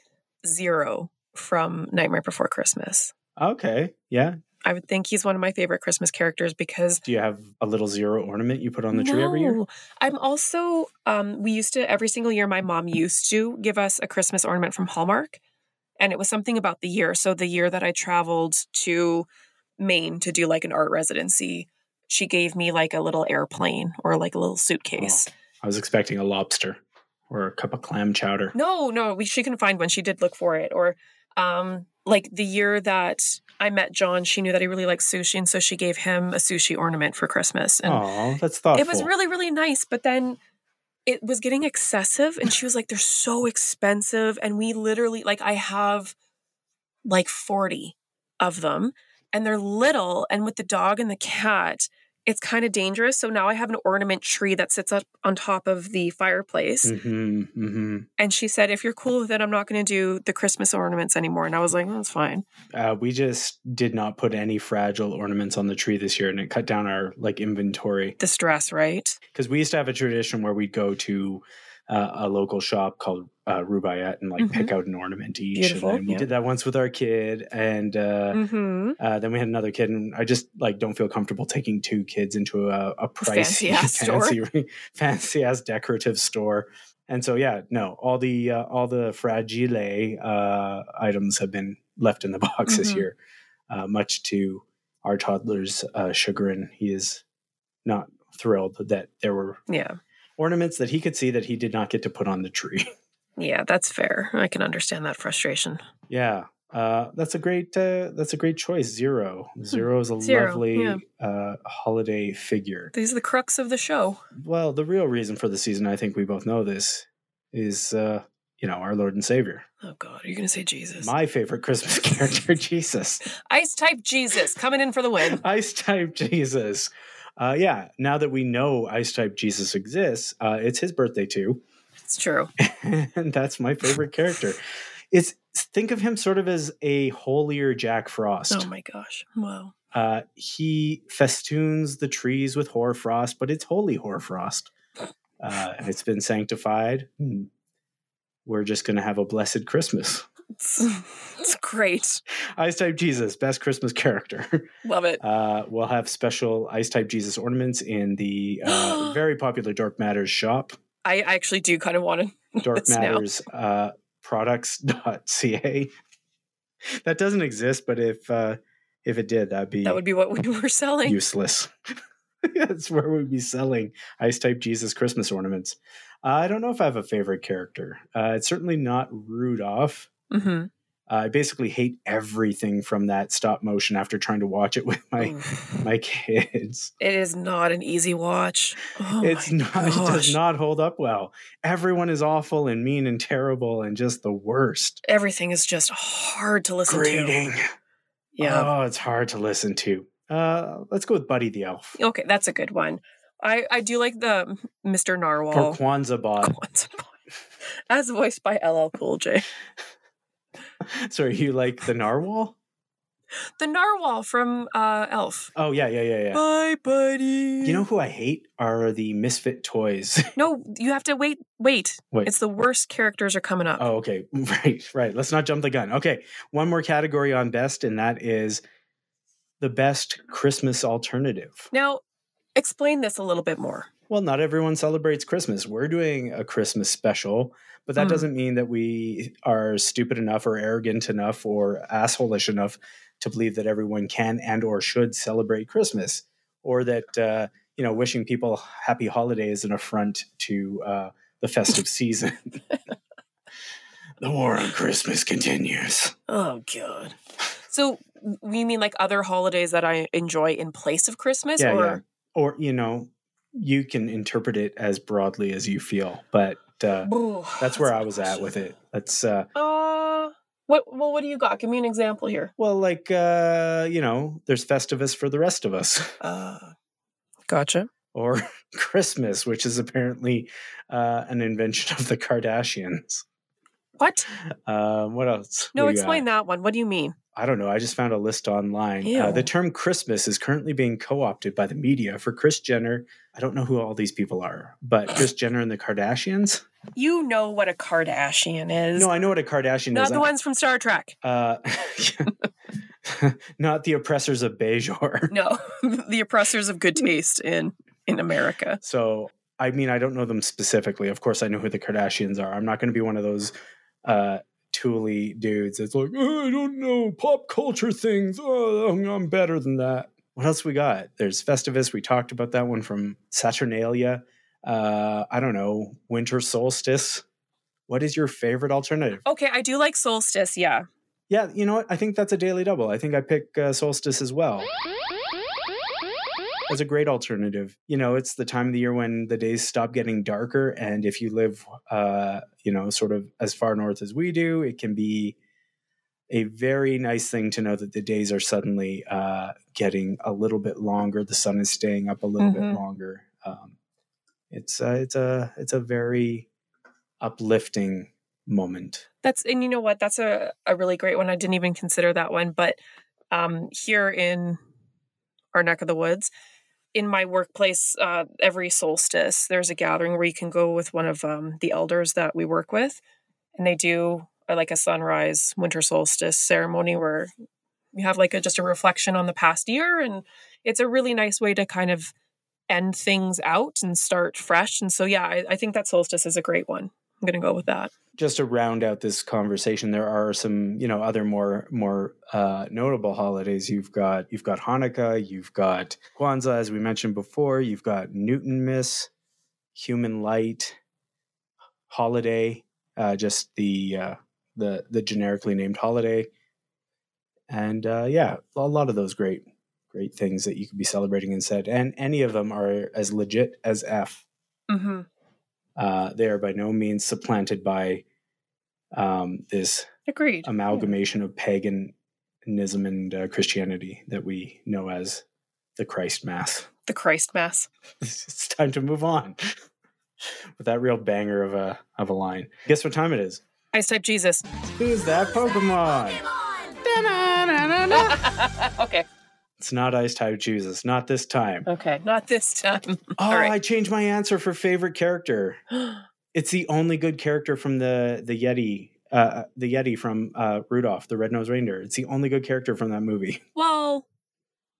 Speaker 3: Zero from Nightmare Before Christmas.
Speaker 2: okay. Yeah.
Speaker 3: I would think he's one of my favorite Christmas characters because
Speaker 2: Do you have a little zero ornament you put on the tree every year?
Speaker 3: No. I'm also um we used to every single year my mom used to give us a Christmas ornament from Hallmark and it was something about the year. So the year that I traveled to Maine to do like an art residency, she gave me like a little airplane or like a
Speaker 2: Oh.
Speaker 3: little suitcase.
Speaker 2: I was expecting a lobster or a cup of clam chowder.
Speaker 3: No, no, we, she couldn't find one. She did look for it or um like the year that I met John, she knew that he really liked sushi and so she gave him a sushi ornament for Christmas and
Speaker 2: Oh, that's thoughtful.
Speaker 3: It was really, really nice, but then it was getting excessive. And she was like, they're so expensive. And we literally, like, I have like 40 of them, and they're little. And with the dog and the cat, it's kind of dangerous. So now I have an ornament tree that sits up on top of the fireplace.
Speaker 2: Mm-hmm, mm-hmm.
Speaker 3: And she said, if you're cool with it, I'm not going to do the Christmas ornaments anymore. And I was like, that's fine.
Speaker 2: Uh, we just did not put any fragile ornaments on the tree this year, and it cut down our like inventory
Speaker 3: The stress, right?
Speaker 2: because we used to have a tradition where we'd go to uh, a local shop called uh, Rubaiyat and like pick out an ornament each.
Speaker 3: Mm-hmm. Beautiful,
Speaker 2: and then we
Speaker 3: yeah.
Speaker 2: did that once with our kid, and uh,
Speaker 3: Mm-hmm.
Speaker 2: uh, then we had another kid, and I just like don't feel comfortable taking two kids into a, a pricey,
Speaker 3: Fancy-ass store.
Speaker 2: fancy, fancy ass decorative store. And so, yeah, no, all the uh, all the fragile uh, items have been left in the box this
Speaker 3: Mhm.
Speaker 2: year, uh, much to our toddler's uh, chagrin. He is not thrilled that there were
Speaker 3: Yeah.
Speaker 2: ornaments that he could see that he did not get to put on the tree.
Speaker 3: Yeah, that's fair. I can understand that frustration.
Speaker 2: Yeah. Uh, that's a great uh, that's a great choice. Zero. Zero is a
Speaker 3: Hmm. Zero,
Speaker 2: lovely
Speaker 3: yeah.
Speaker 2: uh, holiday figure.
Speaker 3: These are the crux of the show.
Speaker 2: Well, the real reason for the season, I think we both know this, is uh, you know, our Lord and Savior.
Speaker 3: Oh God, are you gonna say Jesus?
Speaker 2: My favorite Christmas character, Jesus.
Speaker 3: Ice type Jesus coming in for the win.
Speaker 2: Ice type Jesus. Uh, yeah, now that we know Ice type Jesus exists, uh, it's his birthday too.
Speaker 3: It's true.
Speaker 2: and that's my favorite character. It's think of him sort of as a holier Jack Frost.
Speaker 3: Oh my gosh. Wow.
Speaker 2: Uh, he festoons the trees with hoarfrost, but it's holy hoarfrost. Uh, and it's been sanctified. Hmm. We're just going to have a blessed Christmas.
Speaker 3: It's, it's great.
Speaker 2: Ice Type Jesus, best Christmas character.
Speaker 3: Love it.
Speaker 2: Uh, we'll have special Ice Type Jesus ornaments in the uh, very popular Dark Matters shop,
Speaker 3: I actually do kind of want to
Speaker 2: Dark
Speaker 3: It's now.
Speaker 2: Matters uh, products.ca. That doesn't exist, but if uh, if it did, that'd be
Speaker 3: that would be what we were selling.
Speaker 2: useless. That's where we'd be selling ice type Jesus Christmas ornaments. I don't know if I have a favorite character. Uh, it's certainly not Rudolph.
Speaker 3: hmm
Speaker 2: Uh, I basically hate everything from that stop motion after trying to watch it with my
Speaker 3: Oh.
Speaker 2: my kids.
Speaker 3: It is not an easy watch. Oh
Speaker 2: it's
Speaker 3: my
Speaker 2: not it
Speaker 3: gosh.
Speaker 2: does not hold up well. Everyone is awful and mean and terrible and just the worst.
Speaker 3: Everything is just hard to listen to.
Speaker 2: Grating.
Speaker 3: Yeah.
Speaker 2: Oh, it's hard to listen to. Uh, let's go with Buddy the Elf
Speaker 3: okay, that's a good one. I I do like the Mr. Narwhal.
Speaker 2: or Kwanzaa Bot.
Speaker 3: Once upon- As voiced by LL Cool J.
Speaker 2: Sorry, you like the narwhal?
Speaker 3: The narwhal from uh, Elf.
Speaker 2: Oh yeah, yeah, yeah, yeah.
Speaker 3: Bye, buddy.
Speaker 2: You know who I hate are the misfit toys.
Speaker 3: no, you have to wait. Wait,
Speaker 2: Wait.
Speaker 3: it's the worst characters are coming up.
Speaker 2: oh, okay. Right, right. Let's not jump the gun. Okay. One more category on best, and that is the best Christmas alternative.
Speaker 3: Now, explain this a little bit more.
Speaker 2: Well, not everyone celebrates Christmas. We're doing a Christmas special, but that
Speaker 3: Hmm.
Speaker 2: doesn't mean that we are stupid enough or arrogant enough or assholish enough to believe that everyone can and or should celebrate Christmas or that uh, you know wishing people happy holidays is an affront to uh, the festive season. the war on Christmas continues.
Speaker 3: Oh God. So we mean like other holidays that I enjoy in place of Christmas,
Speaker 2: yeah,
Speaker 3: or
Speaker 2: yeah. Or you know, you can interpret it as broadly as you feel, but uh,
Speaker 3: Ooh,
Speaker 2: that's where
Speaker 3: a
Speaker 2: I was at
Speaker 3: question.
Speaker 2: with it. Let's uh,
Speaker 3: Uh, what? Well, what do you got? Give me an example here.
Speaker 2: Well, like uh, you know, there's Festivus for the rest of us,
Speaker 3: Uh, gotcha.
Speaker 2: or Christmas, which is apparently uh, an invention of the Kardashians.
Speaker 3: What?
Speaker 2: Um, what else?
Speaker 3: No,
Speaker 2: we
Speaker 3: explain
Speaker 2: got?
Speaker 3: that one. What do you mean?
Speaker 2: I don't know. I just found a list online. Uh,
Speaker 3: Ew.
Speaker 2: the term Christmas is currently being co-opted by the media for Chris Jenner. I don't know who all these people are, but Chris Jenner and the Kardashians.
Speaker 3: You know what a Kardashian is.
Speaker 2: No, I know what a Kardashian
Speaker 3: Not
Speaker 2: is.
Speaker 3: the
Speaker 2: I'm-
Speaker 3: ones from Star Trek.
Speaker 2: Uh, not the oppressors of Bejor.
Speaker 3: No, the oppressors of good taste in in America.
Speaker 2: So, I mean, I don't know them specifically. Of course, I know who the Kardashians are. I'm not going to be one of those uh, tooly dudes that's like, "Oh, I don't know pop culture things. Oh, I'm- I'm better than that. What else we got? There's Festivus. We talked about that one from Saturnalia. Uh, I don't know Winter Solstice. What is your favorite alternative?
Speaker 3: Okay, I do like Solstice. Yeah,
Speaker 2: Yeah, you know what? I think that's a daily double. I think I pick uh, Solstice as well as a great alternative. You know, it's the time of the year when the days stop getting darker, and if you live, uh, you know, sort of as far north as we do, it can be a very nice thing to know that the days are suddenly uh, getting a little bit longer. The sun is staying up a little bit
Speaker 7: Mhm.
Speaker 2: longer. Um, it's a, it's a it's a very uplifting moment.
Speaker 3: That's and you know what? That's a, a really great one. I didn't even consider that one, but um, here in our neck of the woods, in my workplace, uh, every solstice there's a gathering where you can go with one of um, the elders that we work with, and they do uh, like a sunrise winter solstice ceremony where you have like a just a reflection on the past year, and it's a really nice way to kind of end things out and start fresh. And so yeah, I, I think that solstice is a great one. I'm gonna go with that.
Speaker 2: Just to round out this conversation, there are some you know other more more uh, notable holidays. You've got you've got Hanukkah, you've got Kwanzaa, as we mentioned before. You've got Newton Miss, Human Light, Holiday, uh, just the uh, the the generically named holiday, and uh, yeah, a lot of those great great things that you could be celebrating and said, and any of them are as legit as f.
Speaker 3: Mm-hmm.
Speaker 2: Uh, they are by no means supplanted by um, this
Speaker 3: Agreed.
Speaker 2: Um, amalgamation of paganism and uh, Christianity that we know as the Christ Mass.
Speaker 3: The Christ Mass.
Speaker 2: it's time to move on with that real banger of a of a line. Guess what time it is?
Speaker 3: I type Jesus.
Speaker 2: Who's that Pokemon?
Speaker 3: okay.
Speaker 2: It's not Ice Type Jesus. Not this time.
Speaker 3: Okay. Not this time.
Speaker 2: Oh,
Speaker 3: All right.
Speaker 2: I changed my answer for favorite character. It's the only good character from the the Yeti, uh, the Yeti from uh, Rudolph the Red-Nosed Reindeer. It's the only good character from that movie.
Speaker 3: well,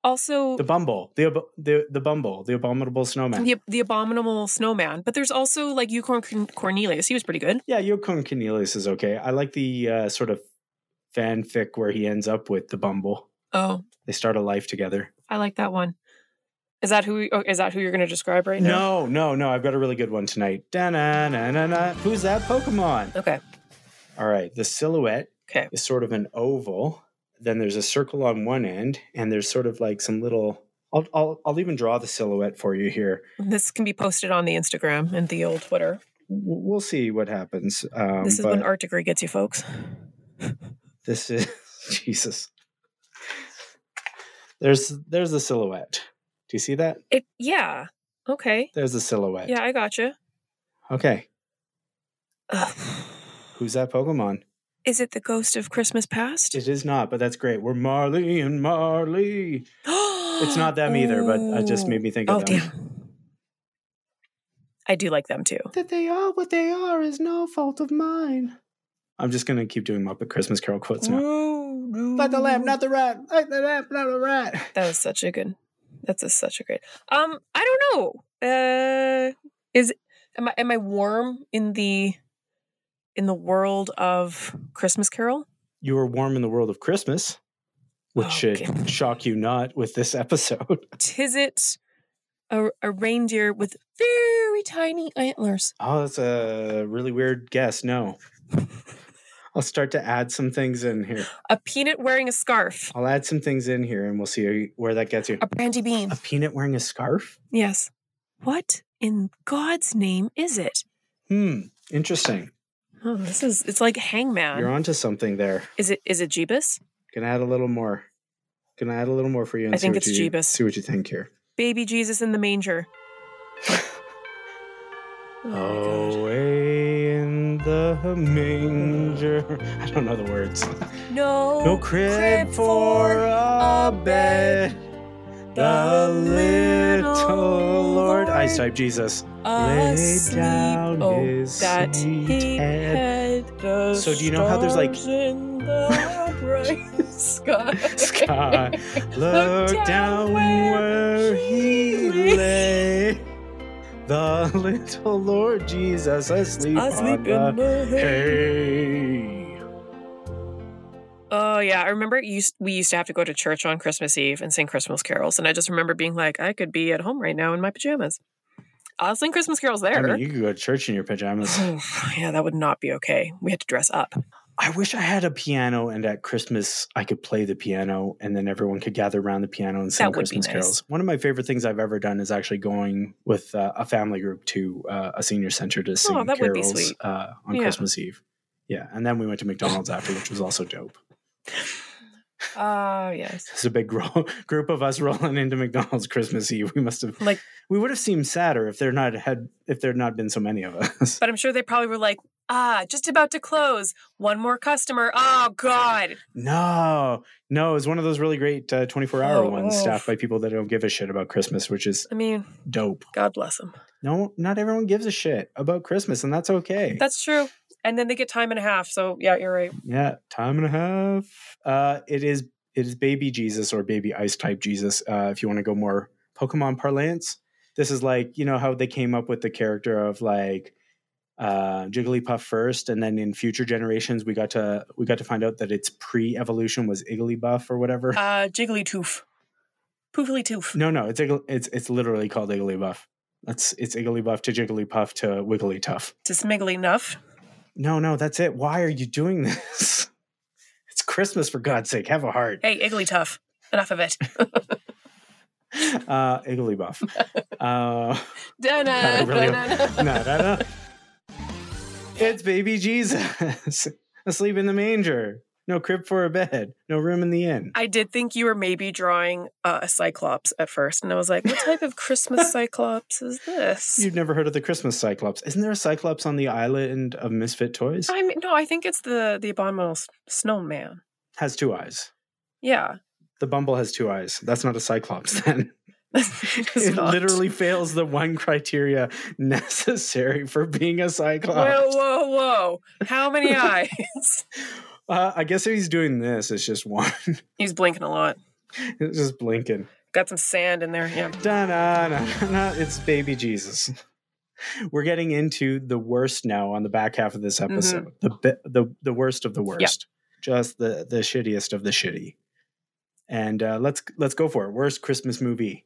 Speaker 3: also
Speaker 2: The
Speaker 3: the,
Speaker 2: Bumble, the ab- the the Bumble, the abominable snowman.
Speaker 3: the abominable snowman, but there's also like Eucorn Corn- Cornelius. He was pretty good.
Speaker 2: Yeah, Yokon Cornelius is okay. I like the uh, sort of fanfic where he ends up with the Bumble.
Speaker 3: Oh,
Speaker 2: They start a life together.
Speaker 3: I like that one. Is that who? oh, Is that who you're going to describe right
Speaker 2: No,
Speaker 3: now?
Speaker 2: no, no. I've got a really good one tonight. Da-na-na-na-na. Who's that Pokemon?
Speaker 3: Okay.
Speaker 2: All right. The silhouette
Speaker 3: Okay.
Speaker 2: is sort of an oval. Then there's a circle on one end, and there's sort of like some little. I'll, I'll, I'll even draw the silhouette for you here.
Speaker 3: This can be posted on the Instagram and the old Twitter.
Speaker 2: W- We'll see what happens. Um,
Speaker 3: This is
Speaker 2: but
Speaker 3: when art degree gets you, folks.
Speaker 2: this is Jesus. There's there's the silhouette. Do you see that?
Speaker 3: It. Yeah. Okay.
Speaker 2: There's the silhouette.
Speaker 3: Yeah, I gotcha.
Speaker 2: Okay.
Speaker 3: Ugh.
Speaker 2: Who's that Pokemon?
Speaker 3: Is it the ghost of Christmas past?
Speaker 2: It is not, but that's great. We're Marley and Marley. It's not them either, but it just made me think of
Speaker 3: Oh
Speaker 2: them.
Speaker 3: damn. I do like them too.
Speaker 2: That they are what they are is no fault of mine. I'm just gonna keep doing Muppet Christmas Carol quotes now. Not the lamb, not the rat. Not the lamb, not the rat.
Speaker 3: That was such a good. That's a, such a great. Um, I don't know. Uh, is am I am I warm in the in the world of Christmas Carol?
Speaker 2: You were warm in the world of Christmas, which
Speaker 3: Okay.
Speaker 2: should shock you not with this episode.
Speaker 3: Tis it a, a reindeer with very tiny antlers?
Speaker 2: Oh, that's a really weird guess. No. I'll start to add some things in here.
Speaker 3: A peanut wearing a scarf.
Speaker 2: I'll add some things in here and we'll see where that gets you.
Speaker 3: A brandy bean.
Speaker 2: A peanut wearing a scarf?
Speaker 3: Yes. What in God's name is it?
Speaker 2: Hmm, interesting.
Speaker 3: Oh, this is it's like hangman.
Speaker 2: You're onto something there.
Speaker 3: Is it is it Jeebus?
Speaker 2: Gonna add a little more. Gonna add a little more for you. And
Speaker 3: I think
Speaker 2: see
Speaker 3: it's
Speaker 2: what you,
Speaker 3: Jeebus.
Speaker 2: See what you think here.
Speaker 3: Baby Jesus in the manger. Oh, my God.
Speaker 2: Away in the manger. I don't know the words.
Speaker 3: No,
Speaker 2: No crib for a bed. The little Lord. I type Jesus. laid
Speaker 3: asleep.
Speaker 2: down
Speaker 3: oh,
Speaker 2: his
Speaker 3: that
Speaker 2: sweet
Speaker 3: he
Speaker 2: head.
Speaker 3: had the
Speaker 2: So do you know how there's, like-
Speaker 3: stars in the bright sky?
Speaker 2: Sky.
Speaker 3: Look
Speaker 2: Look down where he lay. The little Lord Jesus asleep,
Speaker 3: I sleep in
Speaker 2: on the
Speaker 3: the hay.
Speaker 2: hay.
Speaker 3: Oh yeah, I remember it used, we used to have to go to church on Christmas Eve and sing Christmas carols, and I just remember being like, I could be at home right now in my pajamas. I'll sing Christmas carols there.
Speaker 2: I mean, you could go to church in your pajamas.
Speaker 3: yeah, that would not be okay. We had to dress up.
Speaker 2: I wish I had a piano, and at Christmas I could play the piano, and then everyone could gather around the piano and sing
Speaker 3: That would be
Speaker 2: Christmas
Speaker 3: nice.
Speaker 2: carols. One of my favorite things I've ever done is actually going with uh, a family group to uh, a senior center to sing
Speaker 3: Oh, that would be
Speaker 2: carols
Speaker 3: sweet.
Speaker 2: Uh, on
Speaker 3: Yeah.
Speaker 2: Christmas Eve. Yeah, and then we went to McDonald's after, which was also dope.
Speaker 3: Ah, yes.
Speaker 2: It's a big gro- group of us rolling into McDonald's Christmas Eve. We must have
Speaker 3: Like-
Speaker 2: we would have seemed sadder if there not had if there had not been so many of us.
Speaker 3: But I'm sure they probably were like, ah, just about to close. One more customer. Oh, God.
Speaker 2: No, no, it was one of those really great uh, 24-hour
Speaker 3: Oh,
Speaker 2: ones
Speaker 3: oh.
Speaker 2: staffed by people that don't give a shit about Christmas, which is
Speaker 3: I mean,
Speaker 2: dope.
Speaker 3: God bless them.
Speaker 2: No, not everyone gives a shit about Christmas, and that's okay.
Speaker 3: That's true. And then they get time and a half. So, yeah, you're right.
Speaker 2: yeah, time and a half. Uh, it is it is baby Jesus or baby ice type Jesus. Uh, if you want to go more Pokemon parlance, this is like you know how they came up with the character of like uh, Jigglypuff first, and then in future generations we got to we got to find out that its pre evolution was Igglybuff or whatever.
Speaker 3: Uh, Jigglytooth. Pooflytoof.
Speaker 2: no, no, it's Iggle, it's it's literally called Igglybuff. That's it's Igglybuff to Jigglypuff to Wigglytuff.
Speaker 3: To smiggly enough.
Speaker 2: No, no, that's it. Why are you doing this? It's Christmas for God's sake. Have a heart.
Speaker 3: Hey, Igglytuff. Enough of it.
Speaker 2: Uh Igglybuff. Uh
Speaker 3: Dun-dun,
Speaker 2: I really-
Speaker 3: dun-dun.
Speaker 2: no, no, no. It's baby Jesus. Asleep in the manger. No crib for a bed. No room in the inn.
Speaker 3: I did think you were maybe drawing uh, a cyclops at first, and I was like, "What type of Christmas cyclops is this?"
Speaker 2: You've never heard of the Christmas Cyclops. Isn't there a Cyclops on the island of Misfit Toys?
Speaker 3: I mean, no, I think it's the the abominable s- snowman.
Speaker 2: Has two eyes.
Speaker 3: Yeah,
Speaker 2: The Bumble has two eyes. That's not a Cyclops then.
Speaker 3: It's
Speaker 2: it
Speaker 3: not.
Speaker 2: literally fails the one criteria necessary for being a Cyclops.
Speaker 3: Whoa, whoa, whoa! How many eyes?
Speaker 2: Uh, I guess if he's doing this, it's just one.
Speaker 3: He's blinking a lot.
Speaker 2: it's just blinking.
Speaker 3: Got some sand in there. Yeah.
Speaker 2: Da na na na. It's baby Jesus. We're getting into the worst now on the back half of this
Speaker 3: Mm-hmm.
Speaker 2: episode. The bi- the the worst of the worst. Just the the shittiest of the shitty. And uh, let's let's go for it. Worst Christmas movie.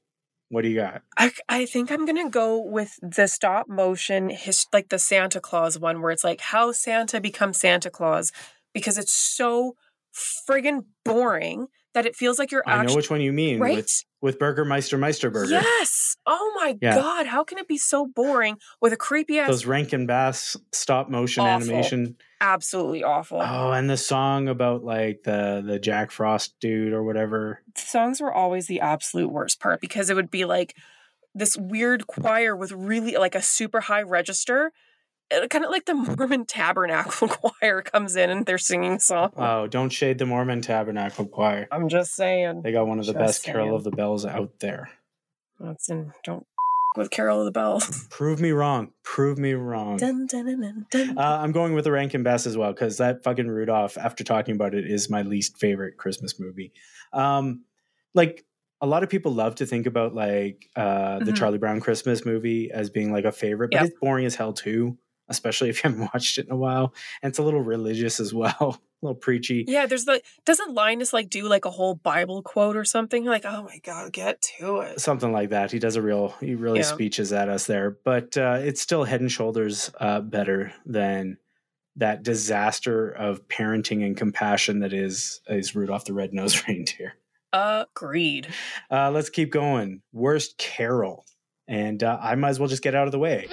Speaker 2: What do you got?
Speaker 3: I, I think I'm gonna go with the stop motion, his, like the Santa Claus one, where it's like how Santa becomes Santa Claus, because it's so friggin' boring that it feels like you're
Speaker 2: I know
Speaker 3: actually
Speaker 2: which one you mean
Speaker 3: right.
Speaker 2: with with Burgermeister Meisterburger.
Speaker 3: Yes. Oh my
Speaker 2: Yeah.
Speaker 3: god, how can it be so boring with a creepy ass
Speaker 2: Those Rankin Bass stop motion
Speaker 3: Awful.
Speaker 2: animation
Speaker 3: absolutely awful.
Speaker 2: Oh, and the song about like the the Jack Frost dude or whatever.
Speaker 3: Songs were always the absolute worst part because it would be like this weird choir with really like a super high register. Kind of like the Mormon Tabernacle choir comes in and they're singing a song.
Speaker 2: Oh, don't shade the Mormon Tabernacle Choir.
Speaker 3: I'm just saying.
Speaker 2: They got one of the
Speaker 3: Just
Speaker 2: best Carol
Speaker 3: saying.
Speaker 2: of the Bells out there.
Speaker 3: That's in, don't with Carol of the Bells.
Speaker 2: Prove me wrong. Prove me wrong.
Speaker 3: Dun, dun, dun, dun, dun.
Speaker 2: Uh, I'm going with the Rankin Bass as well because that fucking Rudolph, after talking about it, is my least favorite Christmas movie. Um, like a lot of people love to think about like uh, the
Speaker 3: Mhm.
Speaker 2: Charlie Brown Christmas movie as being like a favorite, but
Speaker 3: Yeah.
Speaker 2: it's boring as hell too, especially if you haven't watched it in a while, and it's a little religious as well, a little preachy.
Speaker 3: yeah, there's the doesn't Linus like do like a whole Bible quote or something? You're like, oh my god, get to it.
Speaker 2: something like that. He does a real, he really
Speaker 3: Yeah.
Speaker 2: speeches at us there, but uh, it's still head and shoulders uh, better than that disaster of parenting and compassion that is is Rudolph the Red Nosed Reindeer.
Speaker 3: Agreed.
Speaker 2: Uh, let's keep going. Worst Carol, and uh, I might as well just get out of the way.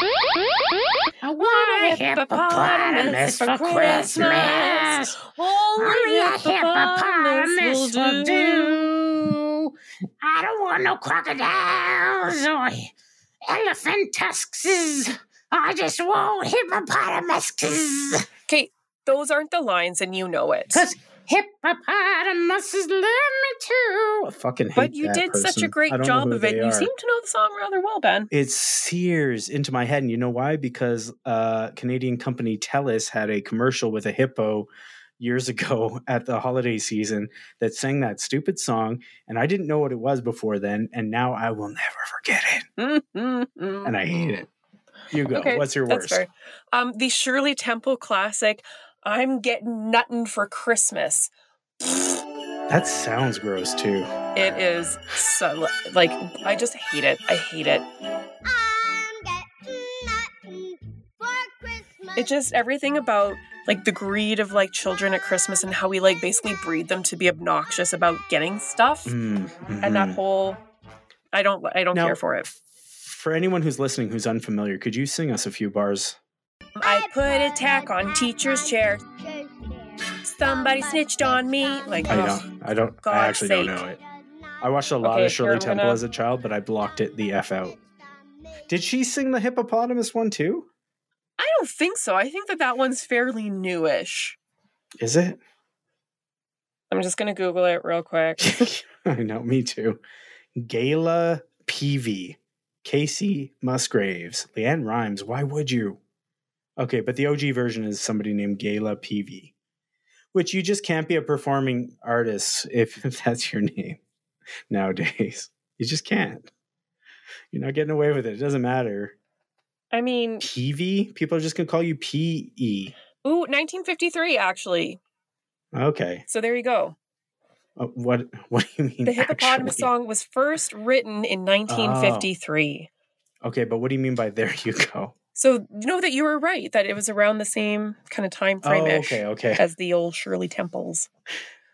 Speaker 7: I want a hippopotamus for Christmas. Only a hippopotamus will do. I don't want no crocodiles or elephant tusks. I just want hippopotamuses.
Speaker 3: Okay, those aren't the lines, and you know it.
Speaker 7: Cause hippopotamuses love me too.
Speaker 2: I fucking hate
Speaker 3: But you
Speaker 2: that
Speaker 3: did such a
Speaker 2: person. I
Speaker 3: great
Speaker 2: don't know
Speaker 3: job
Speaker 2: who
Speaker 3: of it.
Speaker 2: they
Speaker 3: You
Speaker 2: are.
Speaker 3: seem to know the song rather well, Ben.
Speaker 2: it sears into my head. And you know why? Because uh, Canadian company TELUS had a commercial with a hippo years ago at the holiday season that sang that stupid song. And I didn't know what it was before then. And now I will never forget it. And
Speaker 3: and
Speaker 2: I hate it. You go.
Speaker 3: Okay,
Speaker 2: What's your
Speaker 3: That's
Speaker 2: worst?
Speaker 3: fair. Um, the Shirley Temple classic, I'm Getting Nuttin' for Christmas.
Speaker 2: That sounds gross too.
Speaker 3: It is so, like, I just hate it. I hate it. It just, everything about, like, the greed of, like, children at Christmas and how we, like, basically breed them to be obnoxious about getting stuff.
Speaker 2: Mm,
Speaker 3: and that
Speaker 2: mhm.
Speaker 3: whole I don't I don't
Speaker 2: Now-
Speaker 3: care for it.
Speaker 2: For anyone who's listening who's unfamiliar, could you sing us a few bars?
Speaker 3: I put a tack on teacher's chair, Somebody snitched on me. Like,
Speaker 2: I
Speaker 3: ugh.
Speaker 2: don't. I don't. I
Speaker 3: God's
Speaker 2: actually don't
Speaker 3: sake.
Speaker 2: know it. I watched a lot
Speaker 8: Okay,
Speaker 2: of Shirley
Speaker 8: here I'm
Speaker 2: Temple
Speaker 8: gonna-
Speaker 2: as a child, but I blocked it the f out. Did she sing the hippopotamus one too?
Speaker 3: I don't think so. I think that that one's fairly newish.
Speaker 2: Is it?
Speaker 8: I'm just gonna Google it real quick.
Speaker 2: I know. Me too. Gayla Peavy, Casey Musgraves, Leanne Rhymes. Why would you? Okay, but the OG version is somebody named Gayla Peavy, which you just can't be a performing artist if, if that's your name nowadays. You just can't. You're not getting away with it. It doesn't matter.
Speaker 8: I mean,
Speaker 2: PV? E? People are just gonna call you E. PE.
Speaker 3: Ooh, 1953, actually.
Speaker 2: Okay.
Speaker 3: So there you go.
Speaker 2: Uh, what What do you mean?
Speaker 3: The hippopotamus
Speaker 2: actually?
Speaker 3: song was first written in
Speaker 2: Ah.
Speaker 3: 1953.
Speaker 2: Okay, but what do you mean by there you go?
Speaker 3: So know that you were right that it was around the same kind of time
Speaker 2: Oh,
Speaker 3: frame ish
Speaker 2: okay, okay.
Speaker 3: as the old Shirley Temples.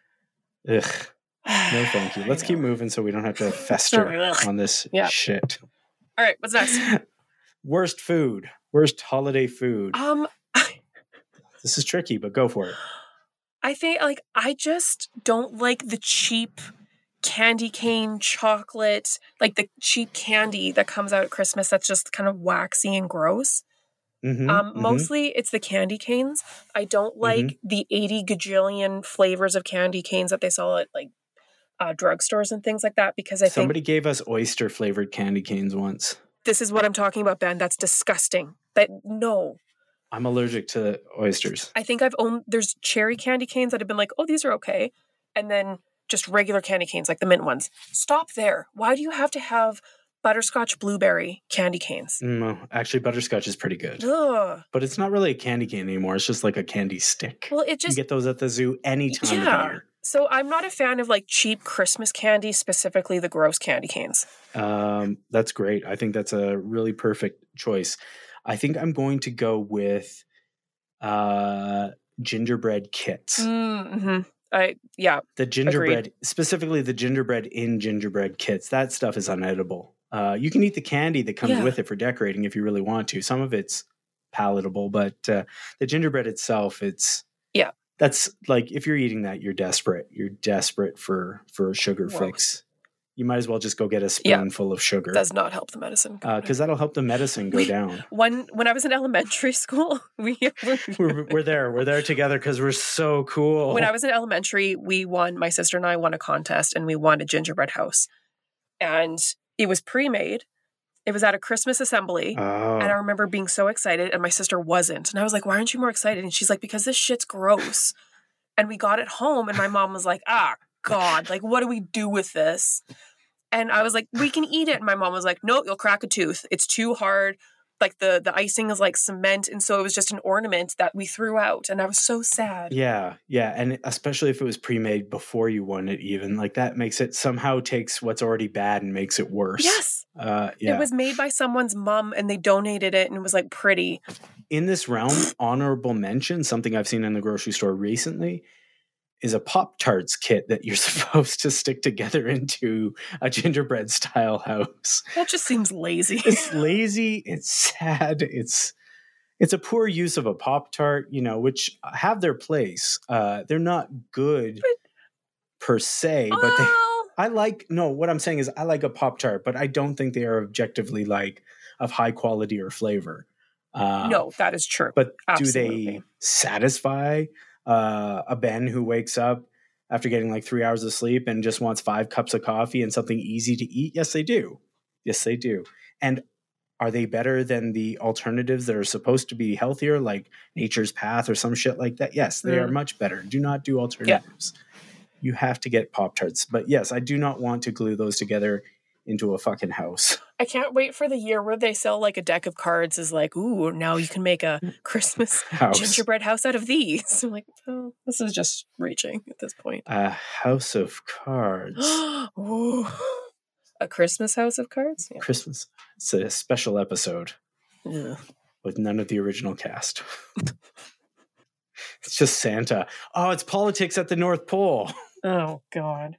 Speaker 2: Ugh, no, thank you.
Speaker 3: I
Speaker 2: Let's keep
Speaker 3: know.
Speaker 2: moving so we don't have to fester
Speaker 3: Ugh.
Speaker 2: on this
Speaker 8: Yeah.
Speaker 2: shit.
Speaker 3: All right, what's next?
Speaker 2: Worst food. Worst holiday food.
Speaker 3: Um,
Speaker 2: This is tricky, but go for it.
Speaker 3: I think like I just don't like the cheap candy cane chocolate, like the cheap candy that comes out at Christmas that's just kind of waxy and gross.
Speaker 2: Mhm,
Speaker 3: Um,
Speaker 2: mhm.
Speaker 3: Mostly it's the candy canes. I don't like the 80 gajillion flavors of candy canes that they sell at like uh, drugstores and things like that because I
Speaker 2: Somebody
Speaker 3: think
Speaker 2: gave us oyster flavored candy canes once.
Speaker 3: this is what I'm talking about, Ben. That's disgusting. That no,
Speaker 2: I'm allergic to oysters.
Speaker 3: I think I've owned there's cherry candy canes that have been like, oh, these are okay. And then just regular candy canes, like the mint ones. Stop there. Why do you have to have butterscotch blueberry candy canes?
Speaker 2: No, Mm, actually, butterscotch is pretty good,
Speaker 3: Ugh.
Speaker 2: but it's not really a candy cane anymore. It's just like a candy stick.
Speaker 3: Well, it just
Speaker 2: you get those at the zoo any time
Speaker 3: Yeah.
Speaker 2: of year.
Speaker 3: so I'm not a fan of like cheap Christmas candy, specifically the gross candy canes.
Speaker 2: Um, that's great. I think that's a really perfect choice. I think I'm going to go with uh, gingerbread kits.
Speaker 3: Mm-hmm. I yeah.
Speaker 2: The gingerbread, specifically the gingerbread in gingerbread kits, that stuff is unedible. Uh, you can eat the candy that comes
Speaker 3: Yeah.
Speaker 2: with it for decorating if you really want to. Some of it's palatable, but uh, the gingerbread itself, it's
Speaker 3: Yeah.
Speaker 2: That's like if you're eating that, you're desperate. You're desperate for for a sugar
Speaker 3: Gross.
Speaker 2: fix. You might as well just go get a
Speaker 3: Yeah.
Speaker 2: spoonful of sugar
Speaker 3: Does not help the medicine.
Speaker 2: because that'll help the medicine go
Speaker 3: We-
Speaker 2: down.
Speaker 3: when when I was in elementary school, we
Speaker 2: We're, we're there. We're there together because we're so cool.
Speaker 3: when I was in elementary, we won. My sister and I won a contest, and we won a gingerbread house, and it was pre-made. It was at a Christmas assembly,
Speaker 2: oh,
Speaker 3: and I remember being so excited, and my sister wasn't, and I was like, "Why aren't you more excited?" And she's like, "Because this shit's gross." and we got it home, and my mom was like, "Ah, God, like what do we do with this?" And I was like, "We can eat it." And my mom was like, "No, you'll crack a tooth. It's too hard." Like the the icing is like cement, and so it was just an ornament that we threw out, and I was so sad.
Speaker 2: yeah, yeah, and especially if it was pre-made before you won it, even like that makes it somehow takes what's already bad and makes it worse.
Speaker 3: Yes.
Speaker 2: uh, yeah.
Speaker 3: It was made by someone's mom and they donated it and it was like pretty.
Speaker 2: in this realm, honorable mention, something I've seen in the grocery store recently is a Pop Tarts kit that you're supposed to stick together into a gingerbread style house.
Speaker 3: That just seems lazy.
Speaker 2: it's lazy it's sad it's it's a poor use of a pop tart you know which uh, have their place uh they're not good per se but they
Speaker 3: Oh,
Speaker 2: i like no what i'm saying is i like a pop tart but i don't think they are objectively like of high quality or flavor uh
Speaker 3: no, that is true.
Speaker 2: but do they
Speaker 3: Absolutely.
Speaker 2: satisfy uh a ben who wakes up after getting like three hours of sleep and just wants five cups of coffee and something easy to eat yes they do Yes, they do. And are they better than the alternatives that are supposed to be healthier, like Nature's Path or some shit like that? Yes, they are
Speaker 3: Mm.
Speaker 2: much better. Do not do alternatives. You have to get Pop Tarts. But yes, I do not want to glue those together into a fucking house.
Speaker 3: I can't wait for the year where they sell like a deck of cards is like, ooh, now you can make a Christmas
Speaker 2: Mm. House.
Speaker 3: gingerbread house out of these. I'm like, oh, this is just reaching at this point.
Speaker 2: A house of cards.
Speaker 3: Ooh. A Christmas house of cards? Yeah.
Speaker 2: Christmas. It's a special episode
Speaker 3: Ugh.
Speaker 2: with none of the original cast. it's just Santa. Oh, it's politics at the North Pole.
Speaker 3: Oh, God.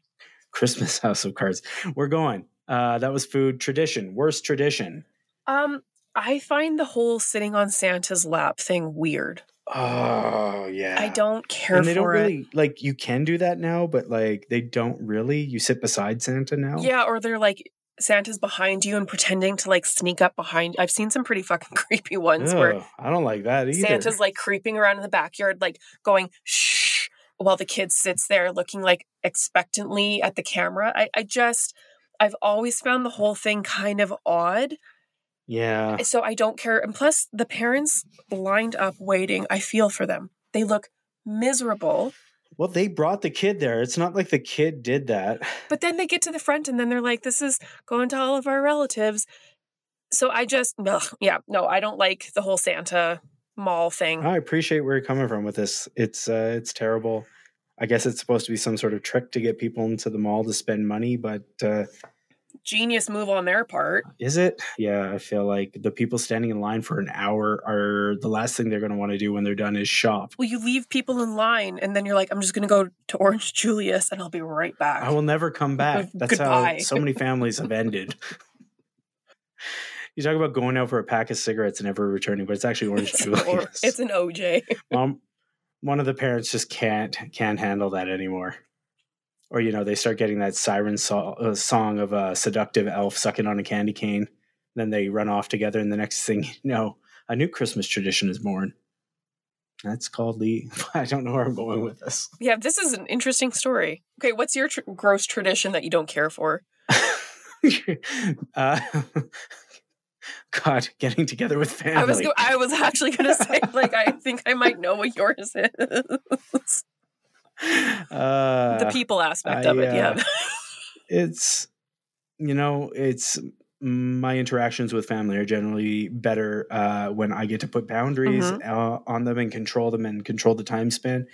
Speaker 2: Christmas House of Cards. We're going. Uh, that was food tradition. Worst tradition.
Speaker 3: Um, I find the whole sitting on Santa's lap thing weird.
Speaker 2: Oh yeah.
Speaker 3: I don't care
Speaker 2: And they don't
Speaker 3: for
Speaker 2: really like you can do that now, but like they don't really. You sit beside Santa now.
Speaker 3: it. Yeah, or they're like Santa's behind you and pretending to like sneak up behind. I've seen some pretty fucking creepy ones where
Speaker 2: Ugh, I don't like that Oh, either.
Speaker 3: Santa's like creeping around in the backyard, like going shh, while the kid sits there looking like expectantly at the camera. I, I just, I've always found the whole thing kind of odd.
Speaker 2: yeah.
Speaker 3: So I don't care. And plus, the parents lined up waiting. I feel for them. They look miserable.
Speaker 2: Well, they brought the kid there. It's not like the kid did that.
Speaker 3: But then they get to the front and then they're like, this is going to all of our relatives. So I just, ugh, yeah, no, I don't like the whole Santa mall thing.
Speaker 2: I appreciate where you're coming from with this. It's uh, it's terrible. I guess it's supposed to be some sort of trick to get people into the mall to spend money, but uh,
Speaker 3: Genius move on their part.
Speaker 2: is it? Yeah, I feel like the people standing in line for an hour are the last thing they're going to want to do when they're done is shop.
Speaker 3: Well, you leave people in line and then you're like, I'm just going to go to Orange Julius and I'll be right back.
Speaker 2: I will never come back. That's how
Speaker 3: Goodbye.
Speaker 2: so many families have ended. you talk about going out for a pack of cigarettes and never returning, but it's actually orange
Speaker 3: It's an
Speaker 2: juice.
Speaker 3: or- it's an OJ.
Speaker 2: Mom, Um, one of the parents just can't can't handle that anymore. Or you know, they start getting that siren so- uh, song of a seductive elf sucking on a candy cane. Then they run off together, and the next thing you know, a new Christmas tradition is born. That's called the. I don't know where I'm going with this.
Speaker 3: Yeah, this is an interesting story. Okay, what's your tr- gross tradition that you don't care for?
Speaker 2: uh, God, getting together with family.
Speaker 3: I was go- I was actually going to say like I think I might know what yours is.
Speaker 2: uh,
Speaker 3: the people aspect
Speaker 2: I,
Speaker 3: of it,
Speaker 2: uh,
Speaker 3: yeah.
Speaker 2: it's you know it's mm, my interactions with family are generally better uh, when I get to put boundaries
Speaker 3: Mhm.
Speaker 2: uh, on them and control them and control the time span.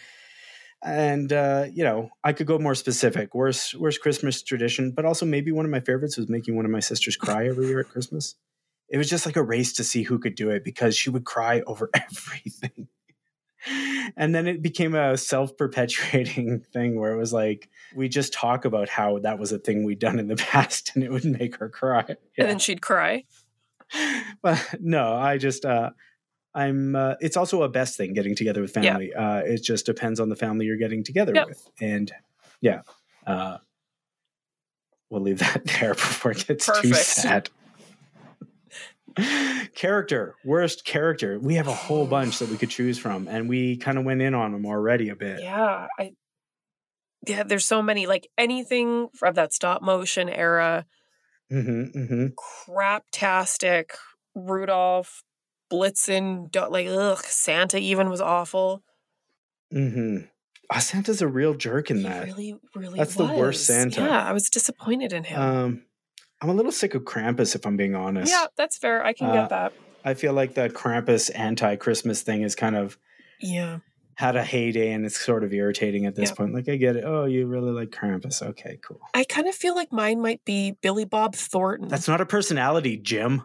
Speaker 2: And uh, you know, I could go more specific. Worst worst Christmas tradition, but also maybe one of my favorites was making one of my sisters cry every year at Christmas. It was just like a race to see who could do it because she would cry over everything. And then it became a self perpetuating thing where it was like, we just talk about how that was a thing we'd done in the past and it would make her cry.
Speaker 3: And then she'd cry.
Speaker 2: Well, no, I just uh I'm uh, it's also a best thing getting together with
Speaker 3: Yeah.
Speaker 2: family. Uh it just depends on the family you're getting together
Speaker 3: Yep.
Speaker 2: with. And yeah. Uh we'll leave that there before it gets too
Speaker 3: Perfect.
Speaker 2: sad. character, worst character. We have a whole bunch that we could choose from and we kind of went in on them already a bit.
Speaker 3: Yeah, I Yeah, there's so many like anything of that stop motion era,
Speaker 2: Mhm, mhm.
Speaker 3: craptastic, Rudolph, Blitzen, do- like ugh, Santa even was awful.
Speaker 2: Mhm. Ah, Santa's a real jerk in
Speaker 3: He
Speaker 2: that.
Speaker 3: really really
Speaker 2: That's the worst
Speaker 3: was.
Speaker 2: Santa.
Speaker 3: Yeah, I was disappointed in him.
Speaker 2: Um, I'm a little sick of Krampus, if I'm being honest.
Speaker 3: yeah, that's fair. I can
Speaker 2: Uh,
Speaker 3: get that.
Speaker 2: I feel like the Krampus anti Christmas thing is kind of
Speaker 3: Yeah.
Speaker 2: had a heyday and it's sort of irritating at this
Speaker 3: Yeah.
Speaker 2: point. Like, I get it. Oh, you really like Krampus. Okay, cool.
Speaker 3: I kind of feel like mine might be Billy Bob Thornton.
Speaker 2: That's not a personality, Jim.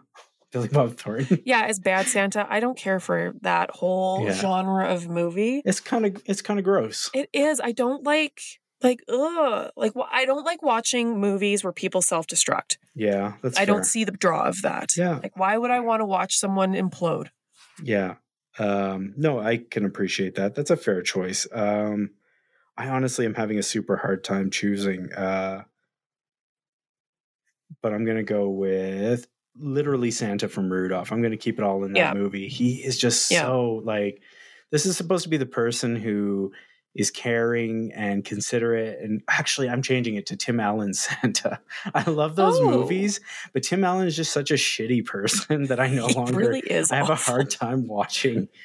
Speaker 2: Billy Bob Thornton.
Speaker 3: yeah, as Bad Santa, I don't care for that whole
Speaker 2: Yeah.
Speaker 3: genre of movie.
Speaker 2: It's kind of it's kind of gross.
Speaker 3: It is. I don't like like ugh. Like wh- I don't like watching movies where people self destruct.
Speaker 2: Yeah, that's.
Speaker 3: I
Speaker 2: fair.
Speaker 3: don't see the draw of that.
Speaker 2: Yeah,
Speaker 3: Like why would I want to watch someone implode?
Speaker 2: yeah. Um, no, I can appreciate that. That's a fair choice. Um, I honestly am having a super hard time choosing. Uh, but I'm gonna go with literally Santa from Rudolph. I'm gonna keep it all in that
Speaker 3: Yeah.
Speaker 2: movie. He is just
Speaker 3: Yeah.
Speaker 2: so like this is supposed to be the person who is caring and considerate and actually I'm changing it to Tim Allen's Santa. I love those
Speaker 3: Oh.
Speaker 2: movies, but Tim Allen is just such a shitty person that I no
Speaker 3: he
Speaker 2: longer
Speaker 3: really is.
Speaker 2: I have a
Speaker 3: awful.
Speaker 2: hard time watching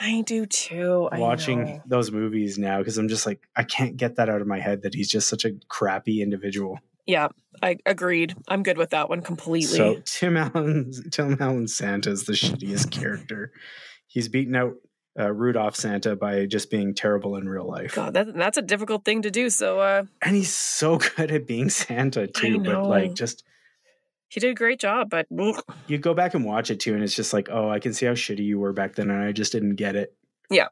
Speaker 3: I do too. I
Speaker 2: watching
Speaker 3: know.
Speaker 2: those movies now because I'm just like I can't get that out of my head that he's just such a crappy individual.
Speaker 3: Yeah, I agreed. I'm good with that one completely.
Speaker 2: So Tim Allen, Tim Allen Santa is the shittiest character. He's beaten out uh, Rudolph Santa by just being terrible in real life,
Speaker 3: God, that, that's a difficult thing to do. So uh,
Speaker 2: and he's so good at being Santa too. But
Speaker 3: know.
Speaker 2: like, just
Speaker 3: he did a great job, but ugh.
Speaker 2: you go back and watch it too, and it's just like, oh, I can see how shitty you were back then, and I just didn't get it.
Speaker 3: Yeah.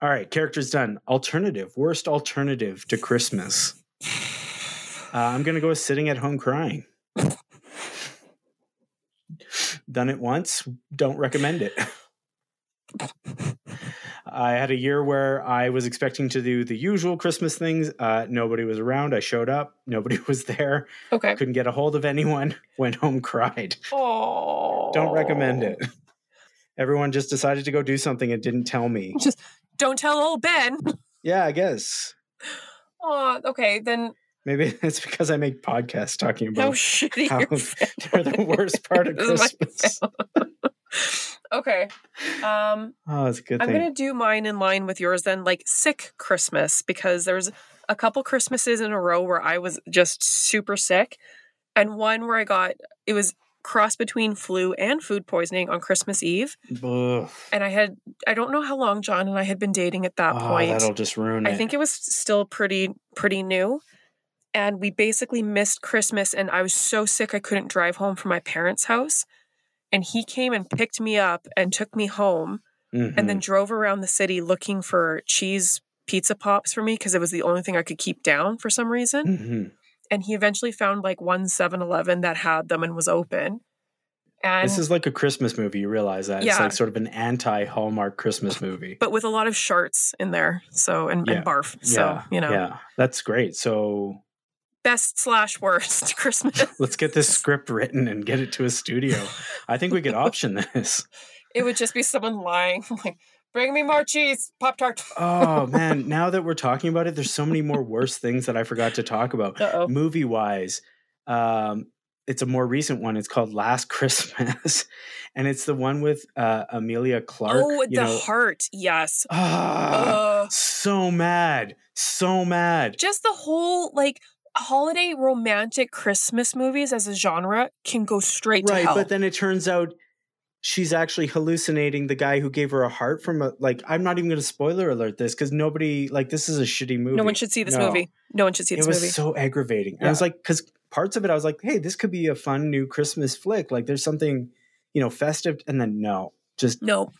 Speaker 2: All right, characters done. Alternative, worst alternative to Christmas. Uh, I'm gonna go with sitting at home crying. Done it once. Don't recommend it. I had a year where I was expecting to do the usual Christmas things. Uh, nobody was around. I showed up. Nobody was there.
Speaker 3: Okay.
Speaker 2: Couldn't get a hold of anyone. Went home, cried.
Speaker 3: Oh.
Speaker 2: Don't recommend it. Everyone just decided to go do something and didn't tell me.
Speaker 9: Don't tell old Ben.
Speaker 2: Yeah, I guess.
Speaker 3: Oh, okay. Then
Speaker 2: Maybe it's because I make podcasts talking
Speaker 3: how
Speaker 2: about
Speaker 3: shitty.
Speaker 2: how
Speaker 3: your
Speaker 2: they're the
Speaker 3: family
Speaker 2: worst part of
Speaker 3: is my
Speaker 2: Christmas.
Speaker 3: okay. Um,
Speaker 2: Oh, it's a good
Speaker 3: I'm
Speaker 2: thing.
Speaker 3: gonna do mine in line with yours then, like sick Christmas, because there's a couple Christmases in a row where I was just super sick, and one where I got it was cross between flu and food poisoning on Christmas Eve,
Speaker 2: Ugh.
Speaker 3: and I had I don't know how long John and I had been dating at that
Speaker 2: Oh,
Speaker 3: point.
Speaker 2: that'll just ruin it.
Speaker 3: I think it was still pretty pretty new. And we basically missed Christmas and I was so sick I couldn't drive home from my parents' house. And he came and picked me up and took me home
Speaker 2: Mm-hmm.
Speaker 3: and then drove around the city looking for cheese pizza pops for me because it was the only thing I could keep down for some reason.
Speaker 2: Mhm.
Speaker 3: And he eventually found like one 7-Eleven that had them and was open. And
Speaker 2: this is like a Christmas movie. You realize that it's
Speaker 3: Yeah.
Speaker 2: like sort of an anti Hallmark Christmas movie.
Speaker 3: but with a lot of sharts in there, so and,
Speaker 2: Yeah.
Speaker 3: and barf. So
Speaker 2: yeah,
Speaker 3: you know,
Speaker 2: yeah, that's great. So
Speaker 3: best slash worst Christmas.
Speaker 2: let's get this script written and get it to a studio. I think we could option this.
Speaker 3: It would just be someone lying, like, bring me more cheese, Pop Tart.
Speaker 2: Oh man, now that we're talking about it, there's so many more worse things that I forgot to talk about.
Speaker 3: Uh oh.
Speaker 2: movie wise, um, it's a more recent one. It's called Last Christmas, and it's the one with uh, Amelia Clark.
Speaker 3: Oh, the heart. Yes.
Speaker 2: Ah,
Speaker 3: Uh,
Speaker 2: so mad, so mad.
Speaker 3: just the whole, like, holiday romantic Christmas movies as a genre can go straight to
Speaker 2: right,
Speaker 3: hell.
Speaker 2: but then it turns out she's actually hallucinating the guy who gave her a heart from a like. I'm not even going to spoiler alert this because nobody like this is a shitty movie.
Speaker 3: no one should see this
Speaker 2: No.
Speaker 3: movie. No one should see
Speaker 2: It
Speaker 3: this
Speaker 2: was
Speaker 3: movie.
Speaker 2: so aggravating. And I was like, because parts of it, I was like, hey, this could be a fun new Christmas flick. Like, there's something, you know, festive. And then no, just
Speaker 3: no,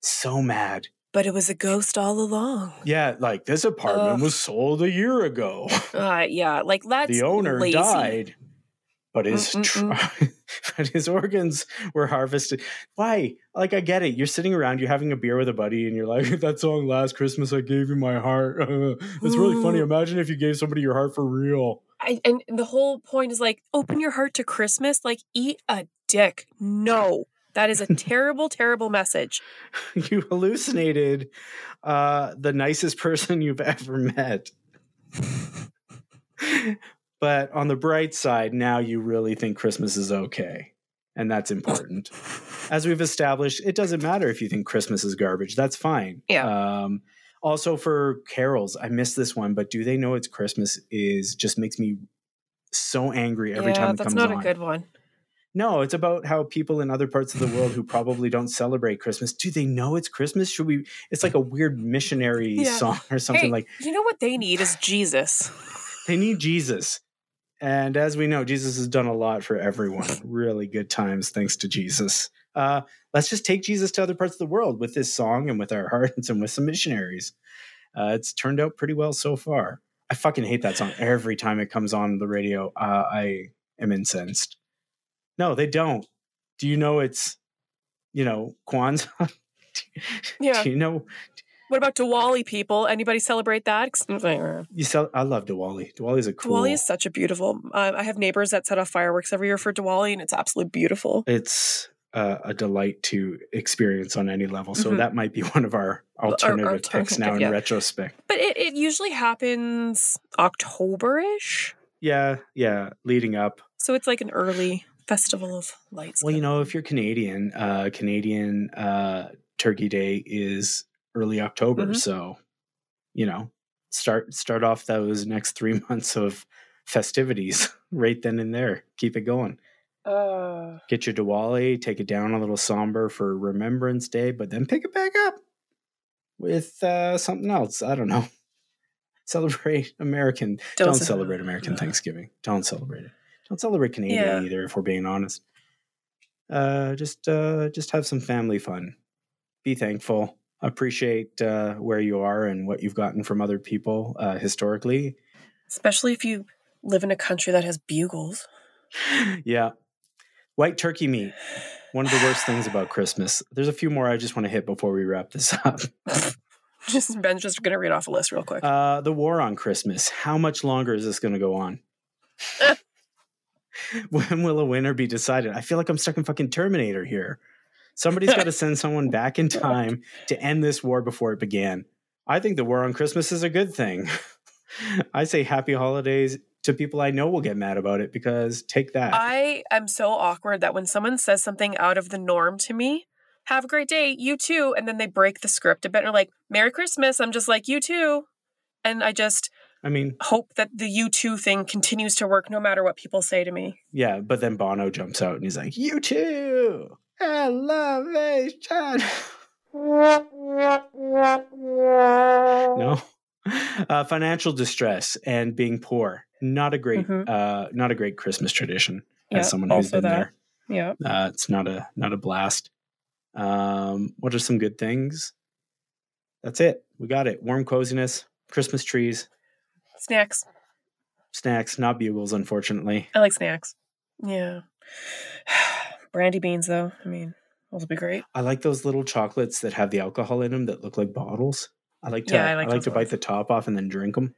Speaker 2: so mad.
Speaker 3: but it was a ghost all along.
Speaker 2: Yeah, like this apartment
Speaker 3: Ugh.
Speaker 2: was sold a year ago.
Speaker 3: Uh, yeah, like that's
Speaker 2: the owner
Speaker 3: lazy.
Speaker 2: died, but his
Speaker 3: Mm,
Speaker 2: tr- but his organs were harvested. Why? Like I get it. You're sitting around, you're having a beer with a buddy, and you're like, "That song last Christmas, I gave you my heart. it's really funny.
Speaker 3: Ooh.
Speaker 2: Imagine if you gave somebody your heart for real."
Speaker 3: I, and the whole point is like, open your heart to Christmas. Like, eat a dick. No, that is a terrible, terrible message.
Speaker 2: you hallucinated uh, the nicest person you've ever met. but on the bright side, now you really think Christmas is okay. And that's important. As we've established, it doesn't matter if you think Christmas is garbage. That's fine. Yeah. Um, also, for carols, I missed this one, but do they know it's Christmas is just makes me so angry every
Speaker 3: yeah,
Speaker 2: time it
Speaker 3: that's
Speaker 2: comes
Speaker 3: not
Speaker 2: on.
Speaker 3: a good one.
Speaker 2: No, it's about how people in other parts of the world who probably don't celebrate Christmas, do they know it's Christmas? Should we? It's like a weird missionary
Speaker 3: Yeah.
Speaker 2: song or something
Speaker 3: Hey.
Speaker 2: like
Speaker 3: You know what they need is Jesus.
Speaker 2: they need Jesus. And as we know, Jesus has done a lot for everyone. really good times, thanks to Jesus. Uh, let's just take Jesus to other parts of the world with this song and with our hearts and with some missionaries. Uh, it's turned out pretty well so far. I fucking hate that song. Every time it comes on the radio, uh, I am incensed. No, they don't. Do you know it's, you know, Kwanzaa?
Speaker 3: Yeah.
Speaker 2: Do you know
Speaker 3: What about Diwali people? Anybody celebrate that? 'Cause- Diwali
Speaker 2: you sell? I love Diwali. Diwali's a cool.
Speaker 3: is such a beautiful. Um, I have neighbors that set off fireworks every year for Diwali, and it's absolutely beautiful.
Speaker 2: it's uh, a delight to experience on any level. So
Speaker 3: Mhm.
Speaker 2: that might be one of our
Speaker 3: our
Speaker 2: alternative picks now
Speaker 3: alternative,
Speaker 2: in
Speaker 3: yeah.
Speaker 2: retrospect.
Speaker 3: But it, it usually happens October-ish,
Speaker 2: Yeah, yeah. Leading up,
Speaker 3: so it's like an early festival of lights.
Speaker 2: well, you know, if you're Canadian, uh, Canadian uh, Turkey Day is early October,
Speaker 3: Mhm.
Speaker 2: so you know, start start off those next three months of festivities right then and there. Keep it going.
Speaker 3: Uh,
Speaker 2: Get your Diwali, take it down a little somber for Remembrance Day, but then pick it back up with uh, something else. I don't know. Celebrate American. Don't, celebrate American Thanksgiving. Don't celebrate it. Don't celebrate Canadian
Speaker 3: Yeah.
Speaker 2: either. If we're being honest, uh, just uh, just have some family fun. Be thankful. Appreciate uh, where you are and what you've gotten from other people uh, historically.
Speaker 3: especially if you live in a country that has bugles.
Speaker 2: yeah, white turkey meat. One of the worst things about Christmas. There's a few more I just want to hit before we wrap this up.
Speaker 8: Just Ben's just gonna read off a list real quick.
Speaker 2: Uh, the war on Christmas. How much longer is this going to go on? when will a winner be decided? I feel like I'm stuck in fucking Terminator here. Somebody's got to send someone back in time to end this war before it began. I think the war on Christmas is a good thing. I say happy holidays to people I know will get mad about it because take that.
Speaker 8: I am so awkward that when someone says something out of the norm to me, have a great day, you too, and then they break the script a bit and are like, Merry Christmas. I'm just like, you too. And I just
Speaker 2: I mean,
Speaker 8: hope that the you too thing continues to work no matter what people say to me.
Speaker 2: yeah, but then Bono jumps out and he's like, "You too, elevation." no, uh, financial distress and being poor. Not a great,
Speaker 8: Mhm.
Speaker 2: uh, not a great Christmas tradition.
Speaker 8: Yeah,
Speaker 2: as someone who's
Speaker 8: also
Speaker 2: been
Speaker 8: that. Yeah.
Speaker 2: there, uh, it's not a not a blast. Um, what are some good things? That's it. We got it. Warm coziness, Christmas trees,
Speaker 8: Snacks.
Speaker 2: snacks. Not bugles, unfortunately.
Speaker 8: I like snacks. Yeah. Brandy beans, though. I mean, those would be great.
Speaker 2: I like those little chocolates that have the alcohol in them that look like bottles. I like to
Speaker 8: Yeah, I
Speaker 2: I
Speaker 8: like
Speaker 2: like,
Speaker 8: those
Speaker 2: to
Speaker 8: ones.
Speaker 2: bite the top off and then drink them.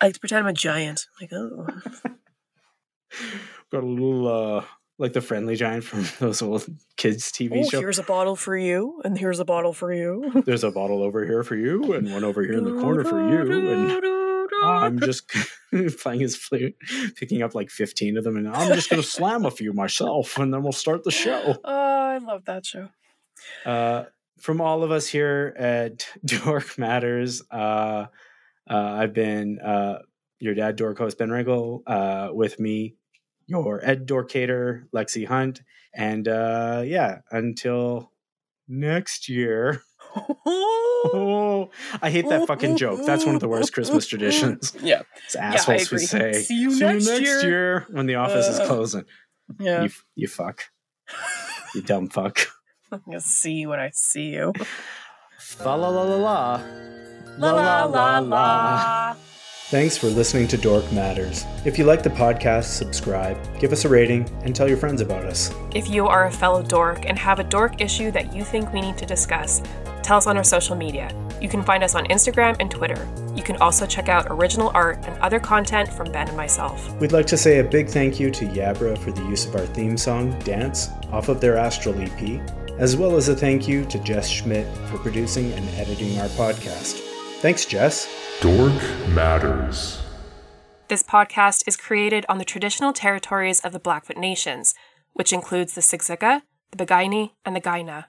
Speaker 8: I like to pretend I'm a giant. Like, oh.
Speaker 2: Got a little uh like the friendly giant from those old kids TV
Speaker 8: oh,
Speaker 2: show.
Speaker 8: here's a bottle for you, and here's a bottle for you.
Speaker 2: There's a bottle over here for you and one over here in the corner for you and I'm just playing his flute, picking up like 15 of them and I'm just going to slam a few myself and then we'll start the show.
Speaker 8: Oh, I love that show.
Speaker 2: Uh from all of us here at Dork Matters, uh, uh, I've been uh, your dad, Dork host Ben Ringel, uh, with me, your Ed Dorkator, Lexi Hunt. And uh, yeah, until next year. Oh, I hate that fucking joke. That's one of the worst Christmas traditions.
Speaker 8: Yeah.
Speaker 2: It's assholes who
Speaker 8: agree.
Speaker 2: say,
Speaker 8: See you next year."
Speaker 2: when the office
Speaker 8: Uh,
Speaker 2: is closing.
Speaker 8: Yeah.
Speaker 2: You, you fuck. You dumb fuck.
Speaker 8: I'm gonna see you when I see you.
Speaker 2: Fa la la la la.
Speaker 8: la.
Speaker 2: Thanks for listening to Dork Matters. If you like the podcast, subscribe, give us a rating, and tell your friends about us.
Speaker 3: If you are a fellow dork and have a dork issue that you think we need to discuss, tell us on our social media. You can find us on Instagram and Twitter. You can also check out original art and other content from Ben and myself.
Speaker 2: We'd like to say a big thank you to Yabra for the use of our theme song, Dance, off of their Astral EP, as well as a thank you to Jess Schmidt for producing and editing our podcast. Thanks, Jess.
Speaker 4: Dork Matters.
Speaker 3: This podcast is created on the traditional territories of the Blackfoot Nations, which includes the Siksika, the Bagaini, and the Gaina.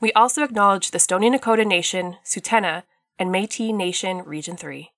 Speaker 3: We also acknowledge the Stony Nakota Nation, Sutena, and Metis Nation Region 3.